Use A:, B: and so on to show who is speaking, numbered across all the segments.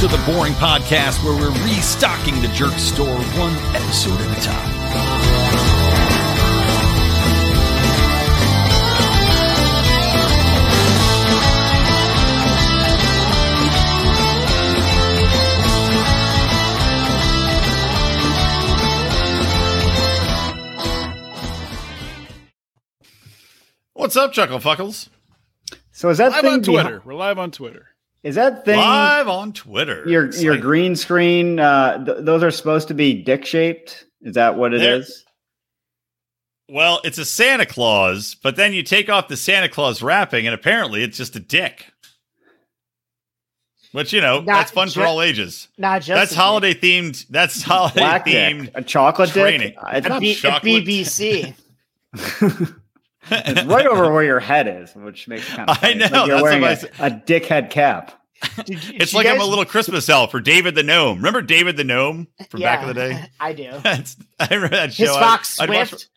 A: to the Boring Podcast, where we're restocking the jerk store one episode at a time.
B: What's up, Chuckle Fuckles?
C: So is that
D: Live
C: thing
D: on
C: behi-
D: Twitter. We're live on Twitter.
C: is that thing
B: Live on Twitter.
C: your
B: It's
C: your
B: like-
C: green screen? Uh, th- those are supposed to be dick shaped. Is that what it is?
B: They're- Well, it's a Santa Claus, but then you take off the Santa Claus wrapping, and apparently it's just a dick. Which you know,
E: Not
B: that's fun
E: ju-
B: for all ages.
E: Not just
B: That's holiday themed. That's holiday
C: Black dick,
B: themed.
C: a chocolate
B: training.
C: dick. Uh, It's,
B: not
E: at, B- at
B: chocolate.
E: BBC.
C: it's right over where your head is, which makes it kind of.
B: I
C: funny. It's
B: know,
C: Like you're
B: that's
C: wearing
B: what I
C: a,
B: said.
C: a dickhead cap.
E: Did you-
B: It's
E: did you
B: like I'm a
E: guys-
B: little Christmas elf for David the gnome. Remember David the gnome from back in the
E: Yeah,
B: day?
E: I do.
B: That's, I remember that show.
E: His
B: I-
E: Fox
B: I'd watch-
E: Swift.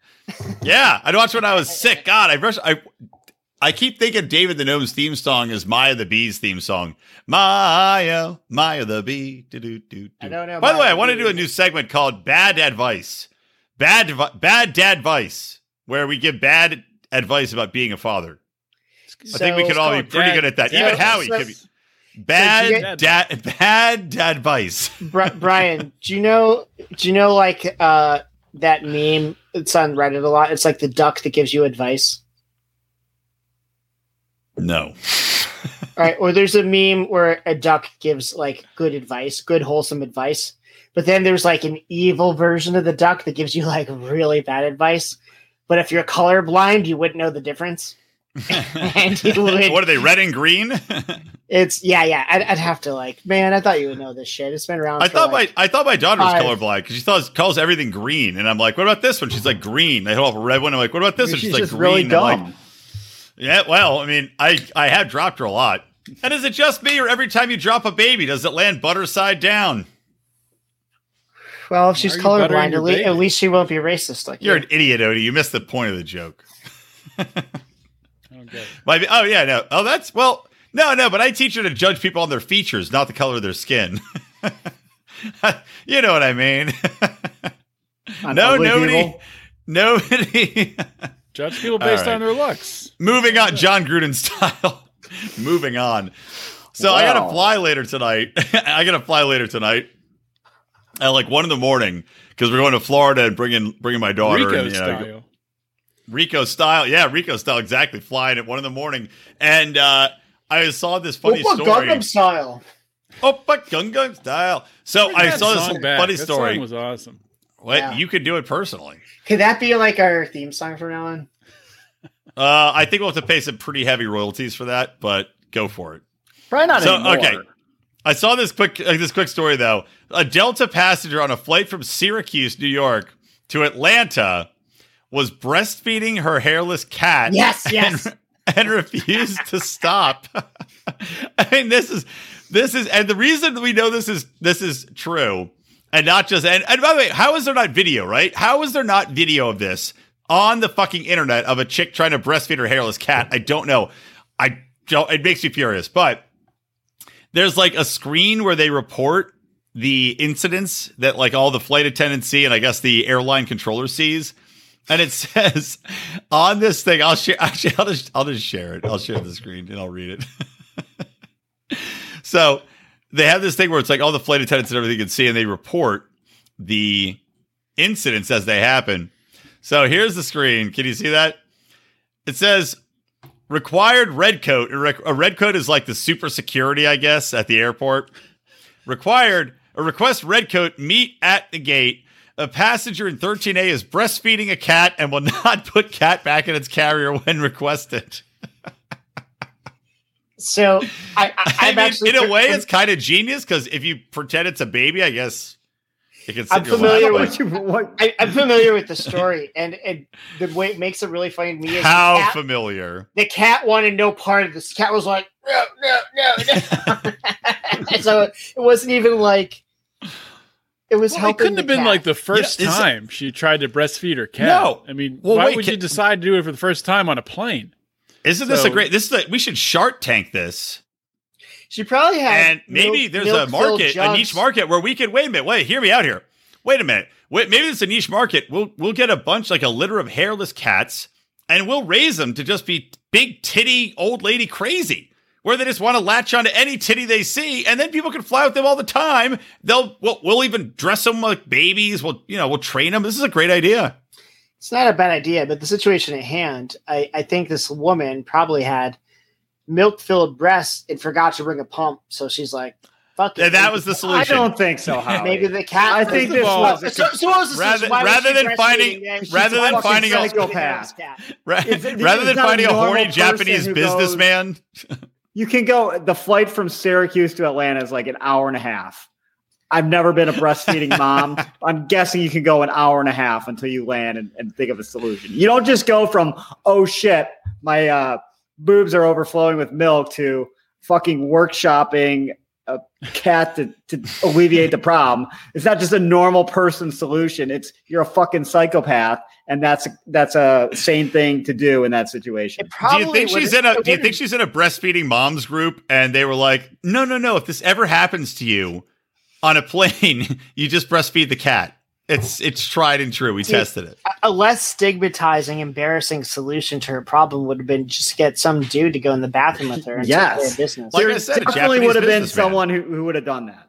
B: yeah, I'd watch when I was sick. God, I rush. I I keep thinking David the Gnome's theme song is Maya the Bee's theme song. Maya, Maya the Bee. Do-do-do-do.
E: I don't know
B: By the
E: Maya
B: way, I
E: the
B: want to
E: Bee.
B: do a new segment called Bad Advice. Bad Devi- Bad Dad Vice, where we give bad advice about being a father. I think we
E: So-
B: could all be
D: It's called
B: pretty
D: Dad-
B: good at that.
D: Dad
B: Even Howie
E: so-
B: could be.
E: you
B: Bad
D: get-
B: dad, bad dad vice.
E: Bri- Brian, do you know? Do you know like uh, that meme? It's on Reddit a lot. It's like the duck that gives you advice.
B: No.
E: All right, or there's a meme where a duck gives like good advice, good wholesome advice. But then there's like an evil version of the duck that gives you like really bad advice. But if you're colorblind, you wouldn't know the difference. And you would-
B: what are they? Red and green?
E: It's yeah, yeah. I'd, I'd have to like, man. I thought you would know this shit. It's been around.
B: I
E: for,
B: thought
E: like,
B: my I thought my daughter was
E: five.
B: colorblind because she thought, calls everything green, and I'm like, what about this one? She's like green. They hold up a red one. I'm like, what about this one?
C: She's
B: like
C: just really
B: green. I'm like,
C: dumb.
B: yeah, well, I mean, I I have dropped her a lot. And is it just me, or every time you drop a baby, does it land butter side down?
E: well, if she's
D: Why are you buttering
E: colorblind,
D: your
E: at, le-
D: baby?
E: at least she won't be racist. Like
B: You're
E: you.
B: an idiot, Odie. You missed the point of the joke.
D: Okay.
B: Might be- oh yeah, no. Oh, that's well, no, no. But I teach her to judge people on their features, not the color of their skin. you know what I mean?
C: On
B: no,
C: ugly
B: nobody,
C: people.
B: nobody.
D: Judge people based
B: right.
D: on their looks.
B: Moving on, John Gruden style. Moving on. So I gotta
C: Wow.
B: fly later tonight. I gotta fly later tonight at like one in the morning because we're going to Florida and bringing bringing my daughter.
D: Rico
B: and, you know,
D: style.
B: Rico style. Yeah, Rico style. Exactly. Flying at one in the morning, and uh, I saw this funny
E: Opa
B: story.
E: Gundam style.
B: Oh, but Gangnam style. So I
D: That
B: saw this
D: song
B: funny
D: back. That
B: story.
D: song was awesome.
B: what
E: Yeah.
B: you could do it personally.
E: Could that be like our theme song from now on?
B: Uh, I think we'll have to pay some pretty heavy royalties for that, but go for it.
C: Probably not
B: So,
C: anymore.
B: okay. I saw this quick uh, this quick story though. A Delta passenger on a flight from Syracuse, New York, to Atlanta was breastfeeding her hairless cat.
E: Yes, yes.
B: And, and refused to stop. I mean, this is this is, and the reason we know this is this is true, and not just and, and by the way, how is there not video? Right? How is there not video of this on the fucking internet of a chick trying to breastfeed her hairless cat? I don't know. I don't. It makes me furious, but there's like a screen where they report the incidents that like all the flight attendants see and I guess the airline controller sees. And it says on this thing, I'll share actually I'll just I'll just share it. I'll share the screen and I'll read it. so they have this thing where it's like all the flight attendants and everything can see and they report the incidents as they happen. So here's the screen. Can you see that? It says required red coat. A rec- A red coat is like the super security, I guess, at the airport. Required a request red coat meet at the gate. A passenger in 13A is breastfeeding a cat and will not put cat back in its carrier when requested.
E: So I, I,
B: I
E: I've
B: mean,
E: actually
B: in a way,
E: I'm-
B: it's kind of genius because if you pretend it's a baby, I guess it can. Sit
E: I'm
B: in your lap.
E: familiar
C: What you- what-
E: I, I'm familiar with the story, and and the way it makes it really funny to me is
B: How
E: the, cat,
B: familiar?
E: the cat wanted no part of this. The cat was like, no, no, no, no. so it wasn't even like it was
D: Well, it
E: helping.
D: couldn't have
E: the
D: been
E: cat.
D: like the first
B: Yeah, it's-
D: time she tried to breastfeed her cat.
B: No.
D: I mean,
B: Well,
D: why
B: wait,
D: would you
B: can-
D: decide to do it for the first time on a plane?
B: Isn't this a
D: So-
B: great? This is a, we should Shark Tank this.
E: She probably had.
B: and maybe
E: milk-
B: there's a
E: milk-filled
B: market, a
E: jugs.
B: niche market where we could wait a minute. Wait, hear me out here. Wait a minute. Wait, maybe it's a niche market. We'll we'll get a bunch like a litter of hairless cats, and we'll raise them to just be big titty old lady crazy, where they just want to latch onto any titty they see, and then people can fly with them all the time. They'll we'll, we'll even dress them like babies. We'll you know we'll train them. This is a great idea.
E: It's not a bad idea, but the situation at hand, I, I think this woman probably had milk filled breasts and forgot to bring a pump. So she's like, fuck it.
B: And that was the solution.
C: I don't think so, Howie.
E: Maybe the cat.
C: I think this
E: Well,
C: was a-
E: so, so what was the
B: rather-
E: solution? Why was
B: rather
E: she
B: than
E: breastfeeding
B: finding-
E: then? She's
B: rather
E: a
B: than
E: fucking
B: finding a-
E: psychopath.
B: Right.
C: It's- this
B: Rather
C: is
B: than
C: not a
B: finding a
C: normal
B: horny
C: person
B: Japanese
C: who goes-
B: businessman.
C: You can go. The flight from Syracuse to Atlanta is like an hour and a half. I've never been a breastfeeding mom. I'm guessing you can go an hour and a half until you land and, and think of a solution. You don't just go from oh shit, my uh, boobs are overflowing with milk to fucking workshopping a cat to, to alleviate the problem. It's not just a normal person solution. It's you're a fucking psychopath, and that's that's a sane thing to do in that situation.
E: It probably
B: do you think she's in a Do you think she's in a breastfeeding moms group? And they were like, No, no, no. If this ever happens to you on a plane, you just breastfeed the cat. It's it's tried and true. We
E: Dude.
B: tested it.
E: a less stigmatizing, embarrassing solution to her problem would have been just get some dude to go in the bathroom with her and take
C: Yes.
E: care of business.
B: Like
C: there
B: I said, a
C: definitely
B: Japanese
C: would have been
B: businessman.
C: someone who, who would have done that.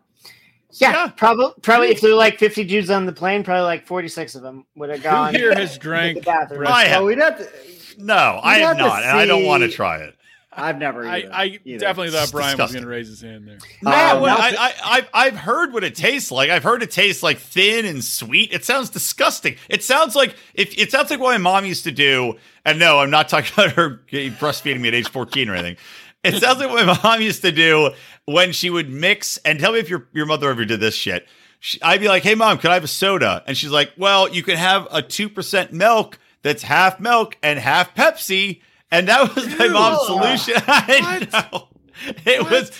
E: yeah,
B: yeah.
E: probably. Probably if there were like fifty dudes on the plane, probably like forty-six of them would have
D: Who
E: gone.
D: here has
E: to the
D: drank?
E: bathroom.
B: I have-
C: Oh, we'd have to,
B: No, I
C: You'd
B: have
C: have to
B: not, and I don't want to
C: see-
B: try it.
C: I've never.
D: I,
C: either-
D: I
C: either.
D: definitely thought
B: It's
D: Brian was
B: disgusting.
D: going to raise his hand there.
B: Yeah,
C: Um,
B: well,
E: no.
B: I, I, I've I've heard what it tastes like. I've heard it tastes like thin and sweet. It sounds disgusting. It sounds like if it sounds like what my mom used to do. And no, I'm not talking about her breastfeeding me at age 14 or anything. It sounds like what my mom used to do when she would mix. And tell me if your your mother ever did this shit. She, I'd be like, "Hey, mom, could I have a soda?" And she's like, "Well, you can have a two percent milk that's half milk and half Pepsi." And that was my mom's solution. I know. It was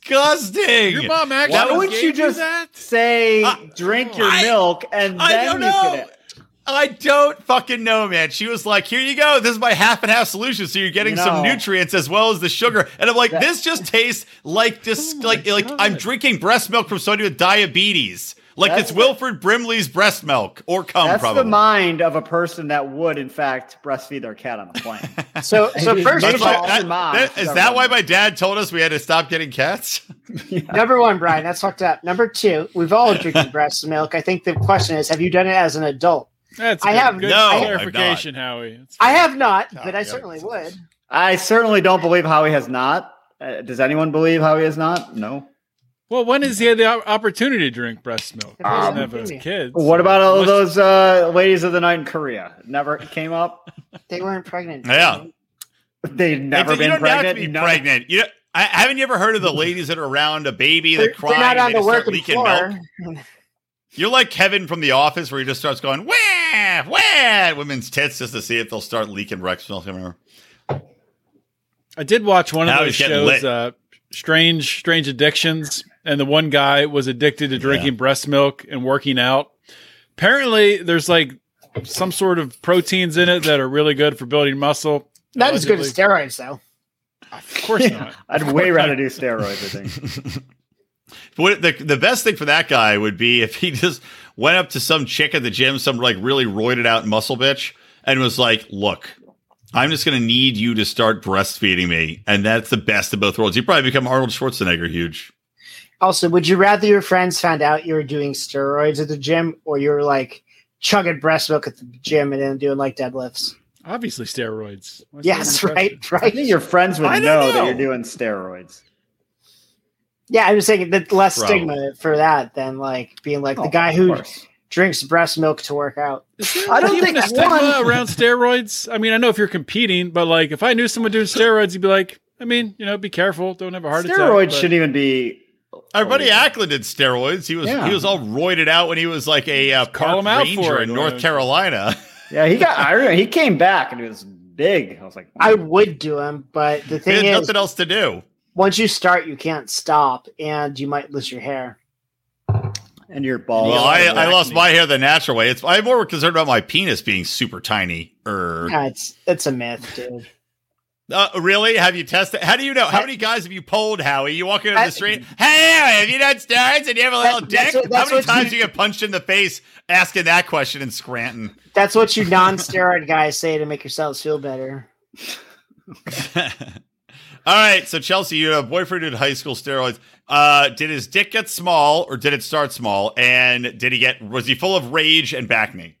B: disgusting.
D: Your mom actually
B: Why
C: wouldn't
D: gave
C: you just-
D: that?
C: say
B: Uh,
C: drink your
B: I-
C: milk and
B: I
C: then
B: don't
C: you
B: know.
C: could. have-
B: I don't fucking know, man. She was like, "Here you go. This is my half and half solution. So you're getting
C: You
B: some
C: know.
B: nutrients as well as the sugar." And I'm like,
C: That-
B: "This just tastes like dis-
D: Oh my
B: like like I'm
D: God.
B: drinking breast milk from somebody with diabetes. Like
C: That's
B: it's
C: the-
B: Wilfred Brimley's breast milk or cum
C: That's
B: probably."
C: the mind of a person that would, in fact, breastfeed their cat on a plane.
E: So, so first
B: That's
E: of
C: That's
B: why-
E: all,
C: all
B: that-
C: the mom
B: that-
C: is
B: is that why
C: everyone.
B: my dad told us we had to stop getting cats?
E: number one, Brian, that's fucked up. Number two, we've all drinking breast milk. I think the question is, have you done it as an adult?
D: That's a
E: I
D: good,
E: have-
D: good
B: No, I've
D: clarification, Howie. It's
E: I have not,
B: Oh,
E: but I
B: yeah.
E: certainly would.
C: I certainly don't believe Howie has not. Uh, does anyone believe Howie has not? No.
D: Well, when is he had the op- opportunity to drink breast milk? He doesn't
C: Um,
D: have those kids.
C: What about all
D: Unless-
C: those uh, ladies of the night in Korea? Never came up.
E: They weren't pregnant.
B: Yeah.
C: They'd never
B: It's- you
C: been
B: don't
C: pregnant.
B: have to be
C: None-
B: pregnant. You know, I, haven't you ever heard of the ladies that are around a baby
E: They're,
B: that
E: they're
B: cry
E: not
B: and
E: on
B: they
E: the
B: just start
E: working
B: leaking
E: floor.
B: milk? You're like Kevin from The Office, where he just starts going wah wah at women's tits just to see if they'll start leaking Rex milk. Remember?
D: I did watch one of
B: Now
D: those
B: he's getting
D: shows,
B: lit.
D: uh, Strange Strange Addictions, and the one guy was addicted to drinking breast milk and working out. Apparently, there's like some sort of proteins in it that are really good for building muscle.
E: Not as good as
D: Allegedly.
E: steroids, though.
D: Of course not.
C: I'd way rather do steroids. I think.
B: What the the best thing for that guy would be if he just went up to some chick at the gym, some like really roided out muscle bitch, and was like, "Look, I'm just gonna need you to start breastfeeding me," and that's the best of both worlds. You probably become Arnold Schwarzenegger huge.
E: Also, would you rather your friends found out you were doing steroids at the gym or you were like chugging breast milk at the gym and then doing like deadlifts?
D: Obviously, steroids. What's
E: Yes,
D: the other question?
E: right,
C: I
E: right.
C: think your friends would
B: I
C: know,
B: don't know.
C: that you're doing steroids.
E: Yeah, I'm just saying that less
B: Probably.
E: stigma for that than like being like
C: Oh,
E: the guy
C: of
E: who
C: course.
E: drinks breast milk to work out.
D: Is there
C: I don't
D: even
C: think
D: a stigma
C: one-
D: around steroids. I mean, I know if you're competing, but like if I knew someone doing steroids, you'd be like, I mean, you know, be careful, don't have a heart attack.
C: steroids
D: but-
C: shouldn't even be.
B: Our buddy
C: illegal.
B: Ackland did steroids. He was
C: Yeah.
B: he was all roided out when he was like a uh,
D: Call
B: park
D: him out
B: ranger
D: for it,
B: in
D: or-
B: North Carolina.
C: Yeah, he got. I remember he came back and he was big. I was like,
E: I would do them, but the
B: he had
E: thing is,
B: nothing else to do.
E: once you start, you can't stop, and you might lose your hair.
C: and your
E: Oh,
C: balls.
B: Well, I, I lost
C: Acne.
B: my hair the natural way. It's I'm more concerned about my penis being super tiny. Er,
E: Yeah, it's it's a myth, dude.
B: Uh, really? Have you tested? How do you know? How many guys have you polled, Howie? You walk into the street. Hey, have you done steroids and you have a little
E: That-
B: dick?
E: that's what-
B: how
E: that's
B: many
E: what
B: times
E: you-
B: you get punched in the face asking that question in Scranton?
E: That's what you non-steroid guys say to make yourselves feel better.
B: All right, so Chelsea, you have a boyfriend who did high school steroids. Uh, did his dick get small or did it start small? And did he get was he full of rage and back knee?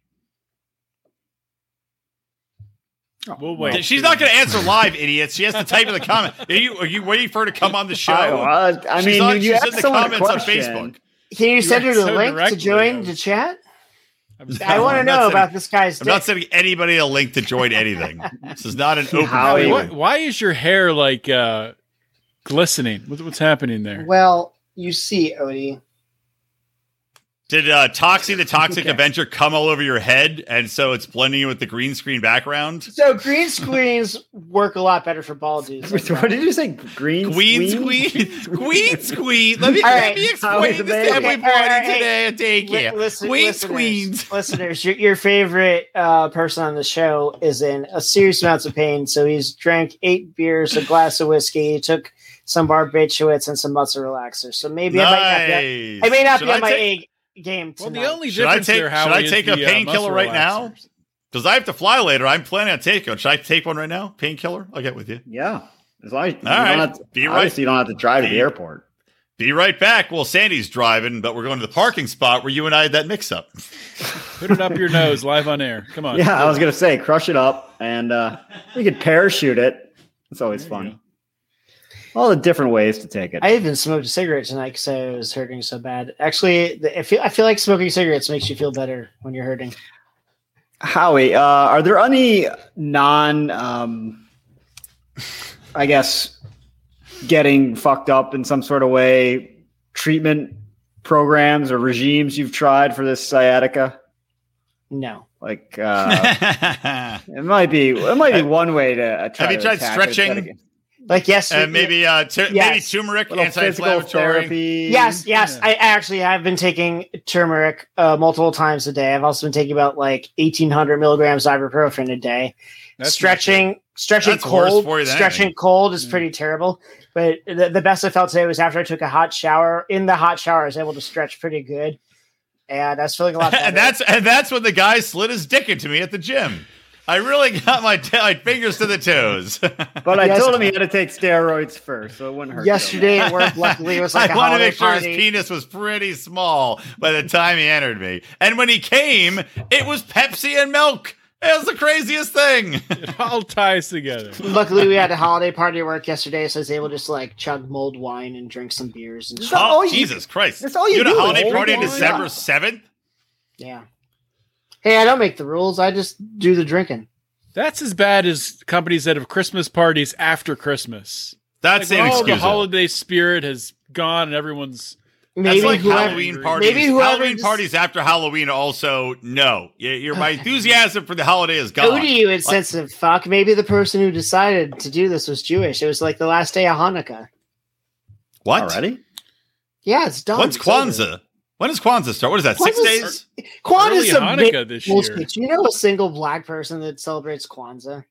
D: We'll wait.
B: She's not going to answer live, idiots. She has to type in the comment. Are you are you waiting for her to come on the show?
C: I, was- I
B: She's
C: mean,
B: on-
C: you- you
B: she's
C: asked
B: in the
C: someone a
B: comments on
C: question.
B: Facebook.
E: Can you send her
D: are
E: the
D: so
E: link to
D: directly,
E: join
D: though.
E: the chat?
B: No,
E: I want to
B: I'm not
E: know
B: sending-
E: about this guy's
B: I'm not
E: dick.
B: sending anybody a link to join anything. this is not an open.
C: How
B: forum.
C: you-
D: Why, why is your hair like uh, glistening? What, what's happening there?
E: Well, you see, Odie.
B: Did uh, Toxie the Toxic
E: Okay.
B: Avenger come all over your head, and so it's blending you with the green screen background?
E: So green screens work a lot better for bald dudes. like
C: What did you say? Green
B: Queen
C: squeen?
B: squeeze, queen squeeze. Let me
E: All
B: let
E: right.
B: me
C: How is
B: explain
C: the
B: this to
C: baby?
B: everybody
E: All right, hey,
B: today at
E: Li-
B: daycare.
E: listen-
B: Queen
E: listeners,
B: squeeze.
E: listeners, your, your favorite uh, person on the show is in a serious amounts of pain. So he's drank eight beers, a glass of whiskey, he took some barbiturates and some muscle relaxers. So maybe I might not be, at-
B: Nice.
E: I may not
B: Should
E: be
B: I
E: on my
B: take-
E: A game
D: Well,
E: tonight.
D: the only
B: Should I
D: difference
B: take-
D: there, Howie,
B: should I
D: is
B: take a
D: the, uh,
B: painkiller
D: muscle
B: right now?
D: relaxers.
B: Because I have to fly later. I'm planning on taking one. Should I take one right now? Painkiller? I'll get with you.
C: Yeah. As long as you don't
B: right.
C: have to,
B: Be right-
C: obviously you don't have to drive to
B: Be-
C: the airport.
B: Be right back. Well, Sandy's driving, but we're going to the parking spot where you and I had that mix up.
D: Put it up your nose, live on air. Come on.
C: Yeah, I was gonna say crush it up, and uh, we could parachute it. It's always
D: There you
C: fun. All the different ways to take it.
E: I even smoked a cigarette tonight because I was hurting so bad. Actually, the, I feel I feel like smoking cigarettes makes you feel better when you're hurting.
C: Howie, uh, are there any non, um, I guess, getting fucked up in some sort of way treatment programs or regimes you've tried for this sciatica?
E: No,
C: Like uh, it might be, it might be one way to. Uh, try
B: Have you
C: to
B: tried
C: attack it,
B: stretching?
C: but again,
E: like yes,
B: and maybe uh, tu- maybe
E: Yes.
B: turmeric,
C: little physical
B: anti-inflammatory.
C: therapy?
E: Yes, yes.
D: Yeah.
E: I actually have been taking turmeric uh, multiple times a day. I've also been taking about like eighteen hundred milligrams ibuprofen a day.
D: That's
E: stretching, stretching
B: That's worse
E: cold,
B: for you than
E: stretching
B: anything.
E: cold is
D: Mm.
E: pretty terrible. But the, the best I felt today was after I took a hot shower. In the hot shower, I was able to stretch pretty good, and I was feeling a lot. Better.
B: and that's and that's when the guy slid his dick into me at the gym. I really got my, t- my fingers to the toes.
C: But I
E: Yes.
C: told him he had to take steroids first, so it wouldn't hurt. so
E: yesterday at work. Luckily, it was like a
B: I want to
E: holiday
B: make sure
E: party.
B: his penis was pretty small by the time he entered me. And when he came, it was Pepsi and milk. It was the craziest thing.
D: It all ties together.
E: Luckily, we had a holiday party at work yesterday, so I was able to just like chug mulled wine and drink some beers and
C: that
B: oh,
C: all you-
B: Jesus Christ.
C: that's all you
B: had a
C: do is
B: holiday
C: hold
B: party on
C: on.
B: December
C: Yeah.
B: 7th?
E: Yeah. Hey, I don't make the rules. I just do the drinking.
D: That's as bad as companies that have Christmas parties after Christmas.
B: That's
D: Like, all the
B: inexcusable.
D: holiday spirit has gone and everyone's
E: Maybe
B: That's like
E: whoever-
B: Halloween parties.
E: maybe whoever
B: Halloween
E: just-
B: parties after Halloween also, no. Y- Your, my
E: Okay.
B: enthusiasm for the holiday is
E: Go
B: gone.
E: to you, insensitive fuck. Maybe the person who decided to do this was Jewish. It was like the last day of Hanukkah.
B: What?
C: Already?
E: Yeah, it's done.
B: When's
E: It's over.
B: Kwanzaa? When does Kwanzaa start? What is that, six
E: Kwanzaa's-
B: days?
E: Kwanzaa
D: early
E: is a
D: Hanukkah this year.
E: bullshit. Do you know a single black person that celebrates Kwanzaa?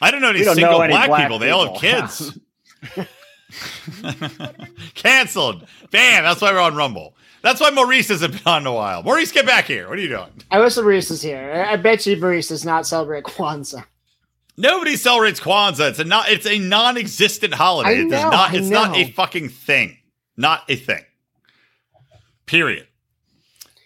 B: I don't know any
C: We don't
B: single
C: know any
B: black,
C: black
B: people. They all have
C: people.
B: kids. Cancelled. Bam. That's why we're on Rumble. That's why Maurice hasn't been on in a while. Maurice, get back here. What are you doing?
E: I wish the baristas here. I- I bet you Maurice does not celebrate Kwanzaa.
B: Nobody celebrates Kwanzaa. It's a not. It's a non-existent holiday.
E: I
B: it does
E: know,
B: not.
E: I
B: It's not
E: know.
B: a fucking thing. Not a thing. Period.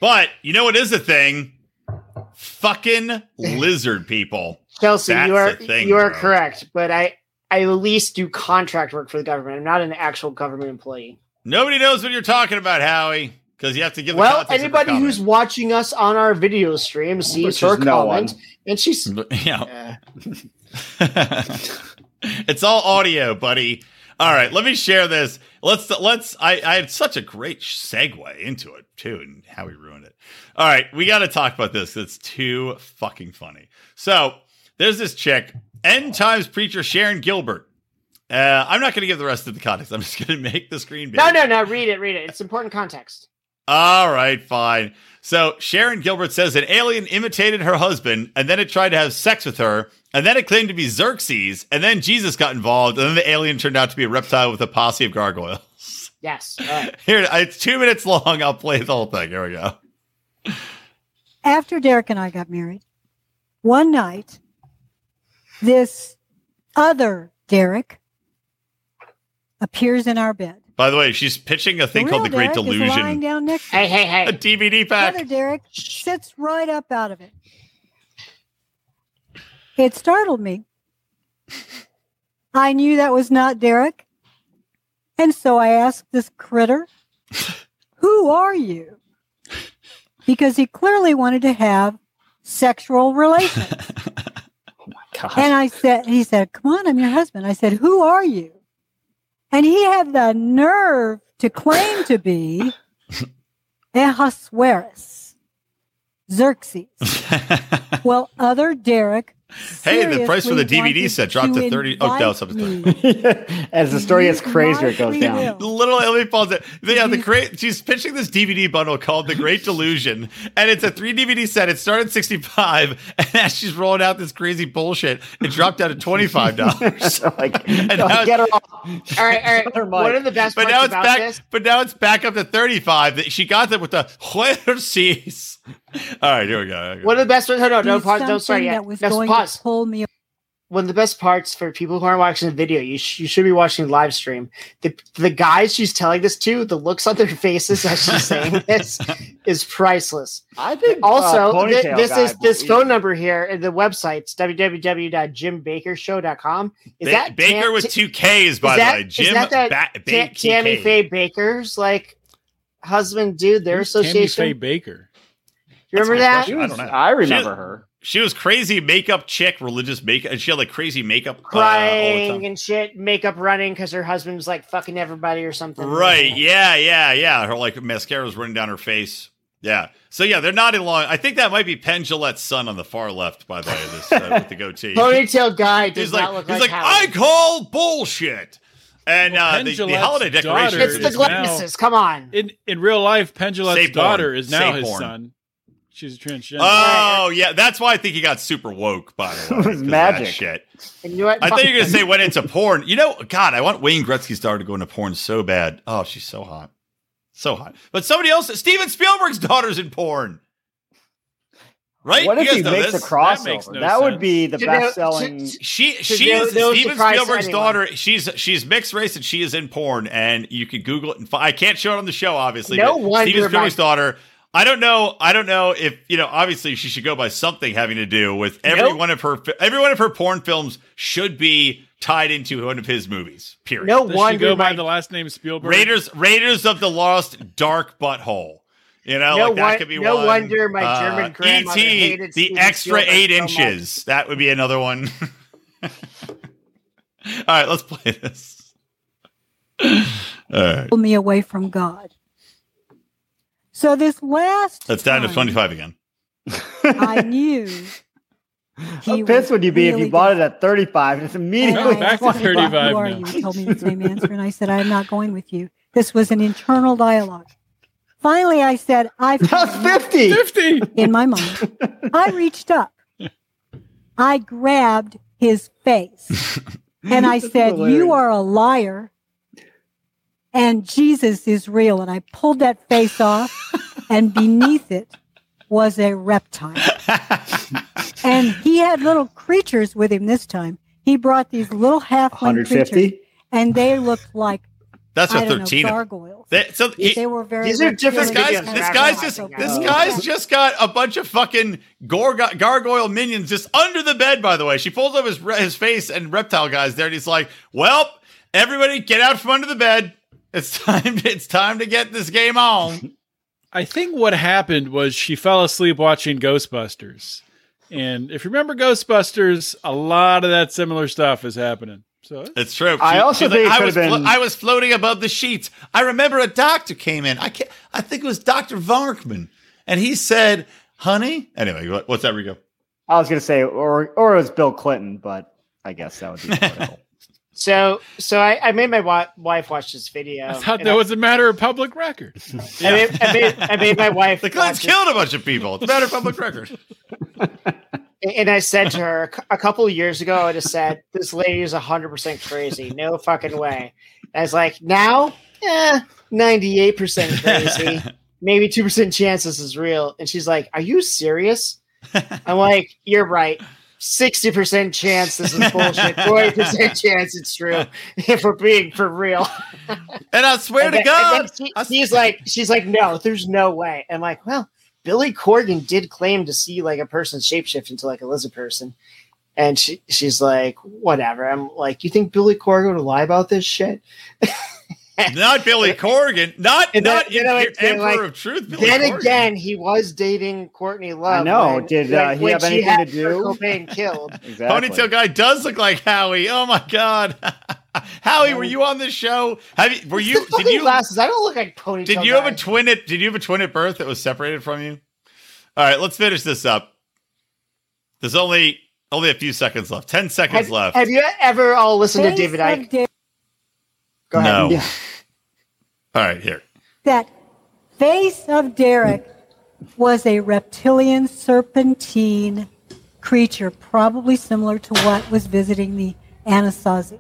B: But you know what is a thing? Fucking lizard people.
E: Chelsea,
B: That's
E: you are
B: the thing,
E: you are
B: bro.
E: correct, but I I at least do contract work for the government. I'm not an actual government employee.
B: Nobody knows what you're talking about, Howie, because you have to give. the
E: Well,
B: context of the
E: anybody
B: comment.
E: who's watching us on our video stream sees
C: Which
E: her
C: is no
E: comment,
C: one.
E: and she's
B: yeah.
E: uh,
B: it's all audio, buddy. All right, let me share this. Let's let's. I, I had such a great segue into it too, and how we ruined it. All right, we got to talk about this. It's too fucking funny. So there's this chick, end times preacher Sharon Gilbert. Uh, I'm not going to give the rest of the context. I'm just going to make the screen. Big.
E: no, no, no. Read it, read it. It's important context.
B: All right, fine. So Sharon Gilbert says an alien imitated her husband, and then it tried to have sex with her, and then it claimed to be Xerxes, and then Jesus got involved, and then the alien turned out to be a reptile with a posse of gargoyles.
E: Yes. All right.
B: Here, it's two minutes long. I'll play the whole thing. Here we go.
F: after Derek and I got married, one night, this other Derek appears in our bed.
B: By the way, she's pitching a thing
F: The
B: called The
F: real
B: Great
F: Derek is lying
B: Delusion,
F: down next to
E: Hey, hey,
B: a
E: hey.
B: DVD
F: the
B: pack.
F: other Derek sits right up out of it. It startled me. I knew that was not Derek. And so I asked this critter, Who are you? Because he clearly wanted to have sexual relations.
E: God.
F: And I said, he said, come on, I'm your husband. I said, who are you? And he had the nerve to claim to be Ahasuerus, Xerxes. Well, other Derek.
B: Hey, the price for the
F: seriously
B: DVD set
F: wanted
B: dropped to 30 oh, no,
F: invite
B: something.
F: me
C: As the story gets
F: to
C: crazier, it goes
F: my
C: down.
F: will.
B: Little Ellie falls in. Yeah, the great. She's pitching this DVD bundle called The Great Delusion, and it's a three DVD set. It started at sixty five, and as she's rolling out this crazy bullshit, it dropped down to twenty five dollars.
C: so like,
B: And now
C: oh, get her off.
E: All right, all
C: Other
E: right.
C: mic.
E: One of the best
B: But
E: parts
B: now it's
E: about
B: back.
E: this.
B: But now it's back up to thirty five. That she got them with the horses. All right, here we go. Here we go.
E: One of the best ones. No, no, no
F: Do
E: pause. Don't start
F: something
E: yet.
F: That was
E: No,
F: going
E: pause.
F: to pull me
E: one of the best parts for people who aren't watching the video, you, sh- you should be watching live stream. The the guys she's telling this to, the looks on their faces as she's saying this is priceless.
C: I think
E: Also,
C: uh,
E: thi-
C: Ponytail
E: this
C: guy
E: is this
C: believes-
E: phone number here and the website's www.jimbakershow.com. Is
B: Ba-
E: that
B: Baker
E: Tam-
B: with
E: T-
B: two K's? By
E: is that-
B: the way,
E: is
B: Jim
E: that that
B: ba-
E: Ta-
B: Ba-
E: Tammy
B: TK.
E: Faye Baker's like husband dude their
D: Who's
E: association?
D: Tammy Faye Baker.
E: You remember
B: That's Uh,
E: that?
B: a
C: She
B: good I
C: was-
B: don't
C: I,
B: know.
C: remember her.
B: She was crazy makeup chick, religious makeup, and she had like crazy makeup uh, all the time.
E: Crying and shit, makeup running because her husband was like fucking everybody or something.
B: Right. Yeah. Yeah. Yeah. Her like mascara was running down her face. Yeah. So yeah, they're not in long. I think that might be Penn Gillette's son on the far left, by the way, this, uh, with the goatee.
E: Ponytail guy does
B: he's
E: not
B: like,
E: look
B: he's
E: like,
B: like, I
E: Howard.
B: call bullshit. And
D: Well,
B: uh,
D: Penn
B: the, the
D: Gillette's
B: holiday decoration.
D: daughter
E: It's
B: Is,
E: the
D: is now-
E: glasses. Come on.
D: In in real life, Pendulette's
B: Sayborn.
D: daughter is now his
B: Sayborn.
D: son. She's a transgender.
B: oh yeah, that's why I think he got super woke. By the way,
C: It was
B: 'cause of that
C: magic.
B: shit.
E: And you know what?
B: I thought you were
E: Fuck
B: gonna say went into porn. You know, God, I want Wayne Gretzky's daughter to go into porn so bad. Oh, she's so hot, so hot. But somebody else, Steven Spielberg's daughter's in porn, right?
C: What
B: You
C: if
B: guys
C: he
B: know
C: makes
B: this?
C: a
D: That makes
C: crossover?
D: no
C: That, would
D: sense.
C: be the
E: You know,
C: best selling.
E: t- t-
B: She she
E: no-
B: is
E: no
B: Steven
E: surprise to
B: Spielberg's
E: anyone.
B: daughter. She's she's mixed race and she is in porn, and you can Google it. And fi- I can't show it on the show, obviously.
E: No
B: but
E: wonder
B: Steven
E: my-
B: Spielberg's daughter. I don't know. I don't know if you know. Obviously, she should go by something having to do with every
E: Nope.
B: one of her fi- every one of her porn films should be tied into one of his movies. Period.
E: No
D: Does she go
E: wonder
D: by
E: my
D: the last name Spielberg?
B: Raiders Raiders of the Lost Dark Butthole. You know,
E: No
B: like that
E: won-
B: could be
E: no
B: one.
E: wonder my German grandmother
B: E.T.,
E: hated
B: the
E: Steven
B: extra
E: Spielberg
B: eight
E: so much.
B: inches. That would be another one. All right, let's play this. All right,
F: pull me away from God. So this last
B: that's down to
F: time,
B: twenty five again.
F: I knew
C: How
F: he
C: pissed would you be if
F: really
C: you bought
F: good.
C: it at 35 and it's
F: And
C: immediately
F: I
D: Back to
F: asked him,
D: 35
F: Who are
D: now.
F: you? He told me the same answer, and I said, "I'm not going with you." This was an internal dialogue. Finally, I said, "I've
C: That's
F: had enough."
C: 50.
D: Fifty.
F: in my mind." I reached up, I grabbed his face, and I
C: That's
F: said,
C: hilarious.
F: "You are a liar." And Jesus is real. And I pulled that face off, and beneath it was a reptile and he had little creatures with him this time. He brought these little halfling creatures,
C: 150.
F: and they looked like
B: That's
F: I
B: a
F: don't
B: thirteen.
F: know
B: of-
F: gargoyles.
B: That- so he-
F: they were very.
E: These are different
B: this guy's
E: videos.
B: this guy's just this guy's just got a bunch of fucking gorg- gargoyle minions just under the bed. By the way, she pulls up his re- his face and reptile guys there, and he's like, "Well, everybody, get out from under the bed. It's time. It's time to get this game on."
D: I think what happened was she fell asleep watching Ghostbusters. And if you remember Ghostbusters, a lot of that similar stuff is happening. So
B: It's true.
C: I also
B: she's
C: think it
B: I
C: could
B: was
C: have been-
B: I was floating above the sheets. I remember a doctor came in. I can't, I think it was Doctor Varkman, and he said, "Honey." Anyway, what, what's that, Rico?
C: I was going to say, or, or it was Bill Clinton, but I guess that would be political.
E: So, so I, I made my wa- wife watch this video.
D: I thought
E: and
D: that was a matter of public record.
E: I made, I made, I made my wife.
B: The Clintons
E: watch it.
B: killed a bunch of people. It's a matter of public record.
E: And I said to her a couple of years ago, I just said, this lady is 100% crazy. No fucking way. I was like, now, eh, 98% crazy. Maybe 2% chance this is real. And she's like, are you serious? I'm like, you're right. 60% chance this is bullshit. 40% chance it's true. If we're being for real.
B: And I swear
E: And
B: to
E: then- and
B: God,
E: then she-
B: I-
E: she's like, she's like, no, there's no way. I'm like, well, Billy Corgan did claim to see like a person shapeshift into like a lizard person, and she she's like, whatever. I'm like, you think Billy Corgan would lie about this shit?
B: not Billy Corgan, not
E: And then-
B: not
E: you know,
B: Emperor
E: it's been like-
B: of Truth. Billy
E: then
B: Corgan.
E: again, he was dating Courtney Love.
C: I know.
E: when-
C: Did,
E: when-
C: uh, he
E: when
C: have
E: she
C: anything
E: had
C: to do?
E: Kurt Cobain killed.
C: Exactly.
B: Ponytail guy does look like Howie. Oh my God, Howie, were you on this show? Have you? Were
E: It's
B: you?
E: the
B: Did
E: fucking
B: you?
E: glasses? I don't look like ponytail.
B: Did you have
E: guy.
B: a twin at? Did you have a twin at birth that was separated from you? All right, let's finish this up. There's only only a few seconds left. Ten seconds
E: have,
B: left.
E: have you ever all listened to
F: They
E: David
F: said
E: Icke?
F: David
E: Go ahead.
B: no.
C: Yeah.
B: All right, here.
F: that face of Derek was a reptilian serpentine creature, probably similar to what was visiting the Anasazi.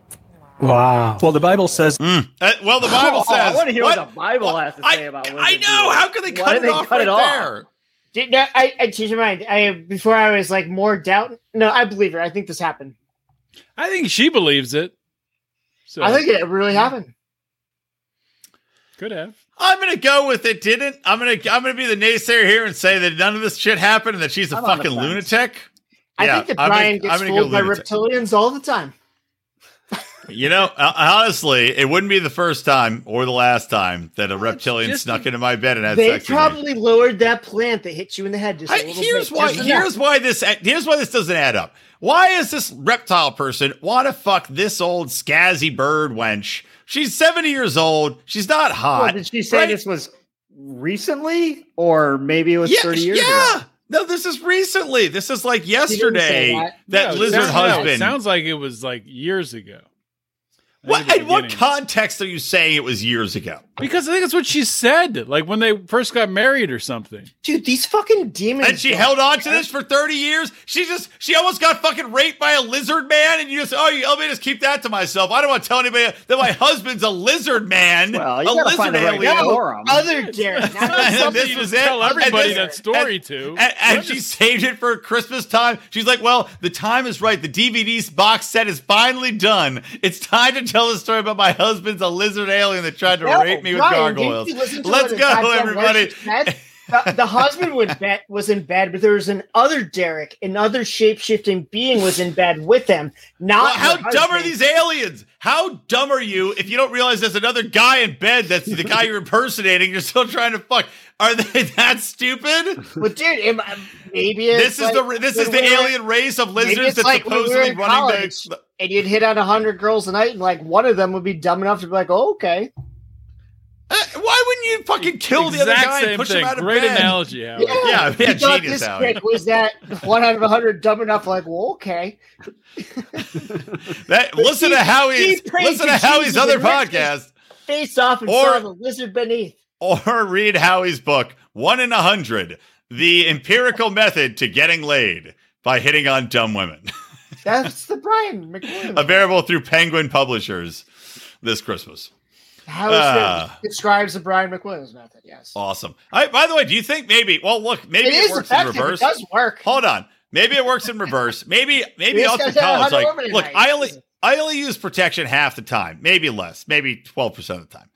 G: Wow. Well, the Bible says
B: Uh, well, the Bible
C: Oh,
B: says.
C: I want to hear what, the Bible
B: what-
C: has to
B: I-
C: say about
B: I,
C: lizard
B: know.
C: people.
B: How can they cut
C: Why
B: it
C: did they
B: off
C: cut
B: right
C: it off?
B: there?
E: Did, no, I, I changed my mind. I before I was like more doubt. No, I believe her. I think this happened.
D: I think she believes it. So
E: I think it really happened.
D: could have.
B: I'm gonna go with it didn't. I'm gonna I'm gonna be the naysayer here and say that none of this shit happened and that she's a
C: I'm on the
B: fucking
C: fence.
B: lunatic.
E: I
B: Yeah,
E: think that
B: I'm gonna-
E: Brian
B: I'm
E: gets
B: gonna go
E: fooled by
B: lunatic.
E: reptilians all the time.
B: You know, uh, honestly, it wouldn't be the first time or the last time that a reptilian
D: just
B: snuck
D: a-
B: into my bed and had
E: They
B: sex with me.
E: probably lowered that plant that hit you in the head. Just a
B: I,
E: little
B: here's
E: bit,
B: why.
E: just
B: Here's why this. Here's why this doesn't add up. Why is this reptile person want to fuck this old scazzy bird wench? She's seventy years old. She's not hot.
C: Well, did she say
B: right?
C: this was recently, or maybe it was thirty years
B: yeah.
C: ago?
B: No, this is recently. This is like yesterday. That,
E: that.
D: No, it
B: lizard
D: sounds- no,
B: husband.
D: it sounds like it was like years ago. I
B: what,
D: think at the
B: in what
D: beginning. Oh
B: context are you saying it was years ago?
D: Because I think that's what she said, like when they first got married or something.
E: dude, these fucking demons.
B: And she
E: don't-
B: held on to this for 30 years. She just, she almost got fucking raped by a lizard man. And you just, oh, you, let me just keep that to myself. I don't want to tell anybody that my husband's a lizard man.
C: Well, you
B: a
C: gotta
B: lizard
C: find the right
B: alien.
C: forum.
E: Other Derek.
B: And
E: Now
B: this
D: you
B: was
D: just
B: it.
D: Tell
B: And
D: everybody
B: this-
D: that story
B: and-
D: to.
B: And, and
D: What
B: she
D: is-
B: saved it for Christmas time. She's like, well, the time is right. The DVD's box set is finally done. It's time to tell the story about my husband's a lizard alien that tried to
E: No,
B: rape me with
E: Ryan, didn't
B: gargoyles.
E: you listen to
B: Let's
E: what a
B: go,
E: goddamn
B: everybody.
E: word she said? The, the husband would bet was in bed, but there was another Derek, another shape shifting being was in bed with them. Not
B: Well, how
E: her
B: dumb are
E: husband.
B: these aliens? How dumb are you if you don't realize there's another guy in bed that's the guy you're impersonating? You're still trying to fuck. Are they that stupid?
E: Well, dude, am I- maybe
B: This
E: it's
B: is
E: like
B: the this
E: when
B: is the
E: we were-
B: alien race of lizards
E: it's
B: that's
E: like when we were
B: supposedly
E: in
B: running
E: college.
B: the.
E: and you'd hit on a hundred girls a night, and like one of them would be dumb enough to be like, "Oh, okay."
B: Uh, why wouldn't you fucking kill the other
D: E- Exact
B: guy and
D: same
B: push
D: thing.
B: him out of
D: Great
B: bed?
D: analogy, Howard.
B: yeah,
E: He
B: yeah,
E: thought
B: genius,
E: This
B: Howie.
E: chick was that one out of a hundred dumb enough? Like, well, okay.
B: That,
E: But
B: listen
E: he-
B: to Howie's
E: he prayed
B: listen
E: to
B: to Howie's
E: Jesus
B: other
E: and rescued-
B: podcast
E: Face off and
B: Or-
E: saw the lizard beneath.
B: or read Howie's book One in a Hundred: The Empirical Method to Getting Laid by Hitting on Dumb Women.
E: That's the Brian McWilliams.
B: available through Penguin Publishers this Christmas.
E: How is it
B: Ah.
E: describes the Brian McWilliams method? Yes,
B: Awesome. All right, by the way, do you think maybe? Well, look, maybe
E: it
B: it,
E: is
B: works in
E: effective.
B: reverse.
E: It does work.
B: Hold on, maybe it works in reverse. Maybe maybe
E: This
B: off the
E: guy's had
B: college.
E: 100
B: Like,
E: women
B: look,
E: tonight.
B: I only I only use protection half the time, maybe less, maybe twelve percent of the time.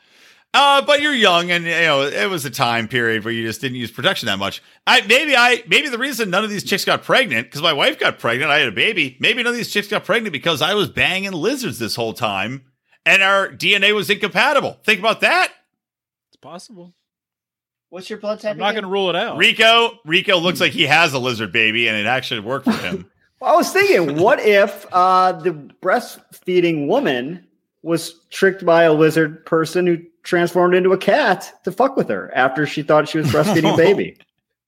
B: Uh, but you're young, and you know it was a time period where you just didn't use protection that much. I maybe I maybe the reason none of these chicks got pregnant because my wife got pregnant, I had a baby. Maybe none of these chicks got pregnant because I was banging lizards this whole time, and our DNA was incompatible. Think about that,
D: It's possible.
E: What's your blood type?
D: I'm not going to rule it out.
B: Rico. Rico looks like he has a lizard baby, and it actually worked for him.
C: Well, I was thinking, what if uh, the breastfeeding woman was tricked by a lizard person who transformed into a cat to fuck with her after she thought she was breastfeeding a baby?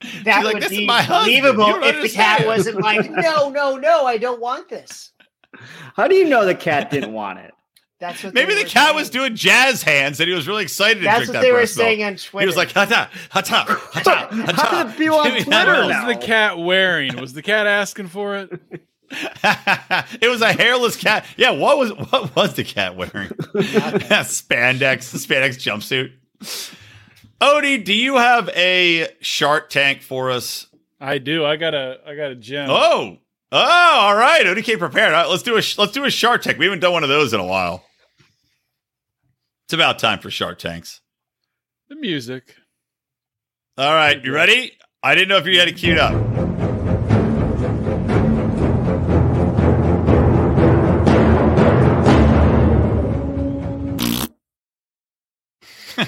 E: to.
B: She's
E: That
B: like,
E: would
B: "This is
E: be
B: my husband. You
E: believable
B: don't
E: if the cat
B: understand."
E: wasn't like, "No, no, no, I don't want this."
C: How do you know the cat didn't want it?
E: That's what
B: Maybe
E: they
B: the
E: were
B: cat
E: saying.
B: was doing jazz hands and he was really excited to
E: That's
B: drink
E: what
B: that
E: they were
B: breast milk.
E: saying on Twitter.
B: He was like, hata, hata, hata, hata.
C: How did it feel on
B: Give me
C: Twitter
B: that
D: What
B: milk.
C: now?
D: was the cat wearing? Was the cat asking for it?
B: it was a hairless cat. Yeah, what was what was the cat wearing? spandex, spandex jumpsuit. Odie, do you have a Shark Tank for us?
D: I do. I got a. I got a gem.
B: Oh, oh, all right. Odie came prepared. All right, let's do a let's do a Shark Tank. We haven't done one of those in a while. It's about time for Shark Tanks.
D: The music.
B: All right, you ready? I didn't know if you had it queued up.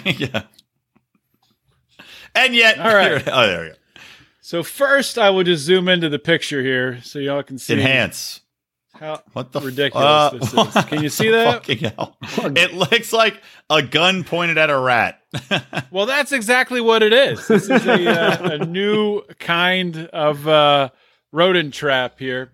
B: yeah. And yet,
D: All right.
B: Oh, there we go.
D: So first, I will just zoom into the picture here, so y'all can see
B: Enhance.
D: how
B: What the
D: ridiculous
B: uh,
D: this is. Can you see that?
B: Fucking hell. It looks like a gun pointed at a rat.
D: Well, that's exactly what it is. This is a, uh, a new kind of uh, rodent trap here.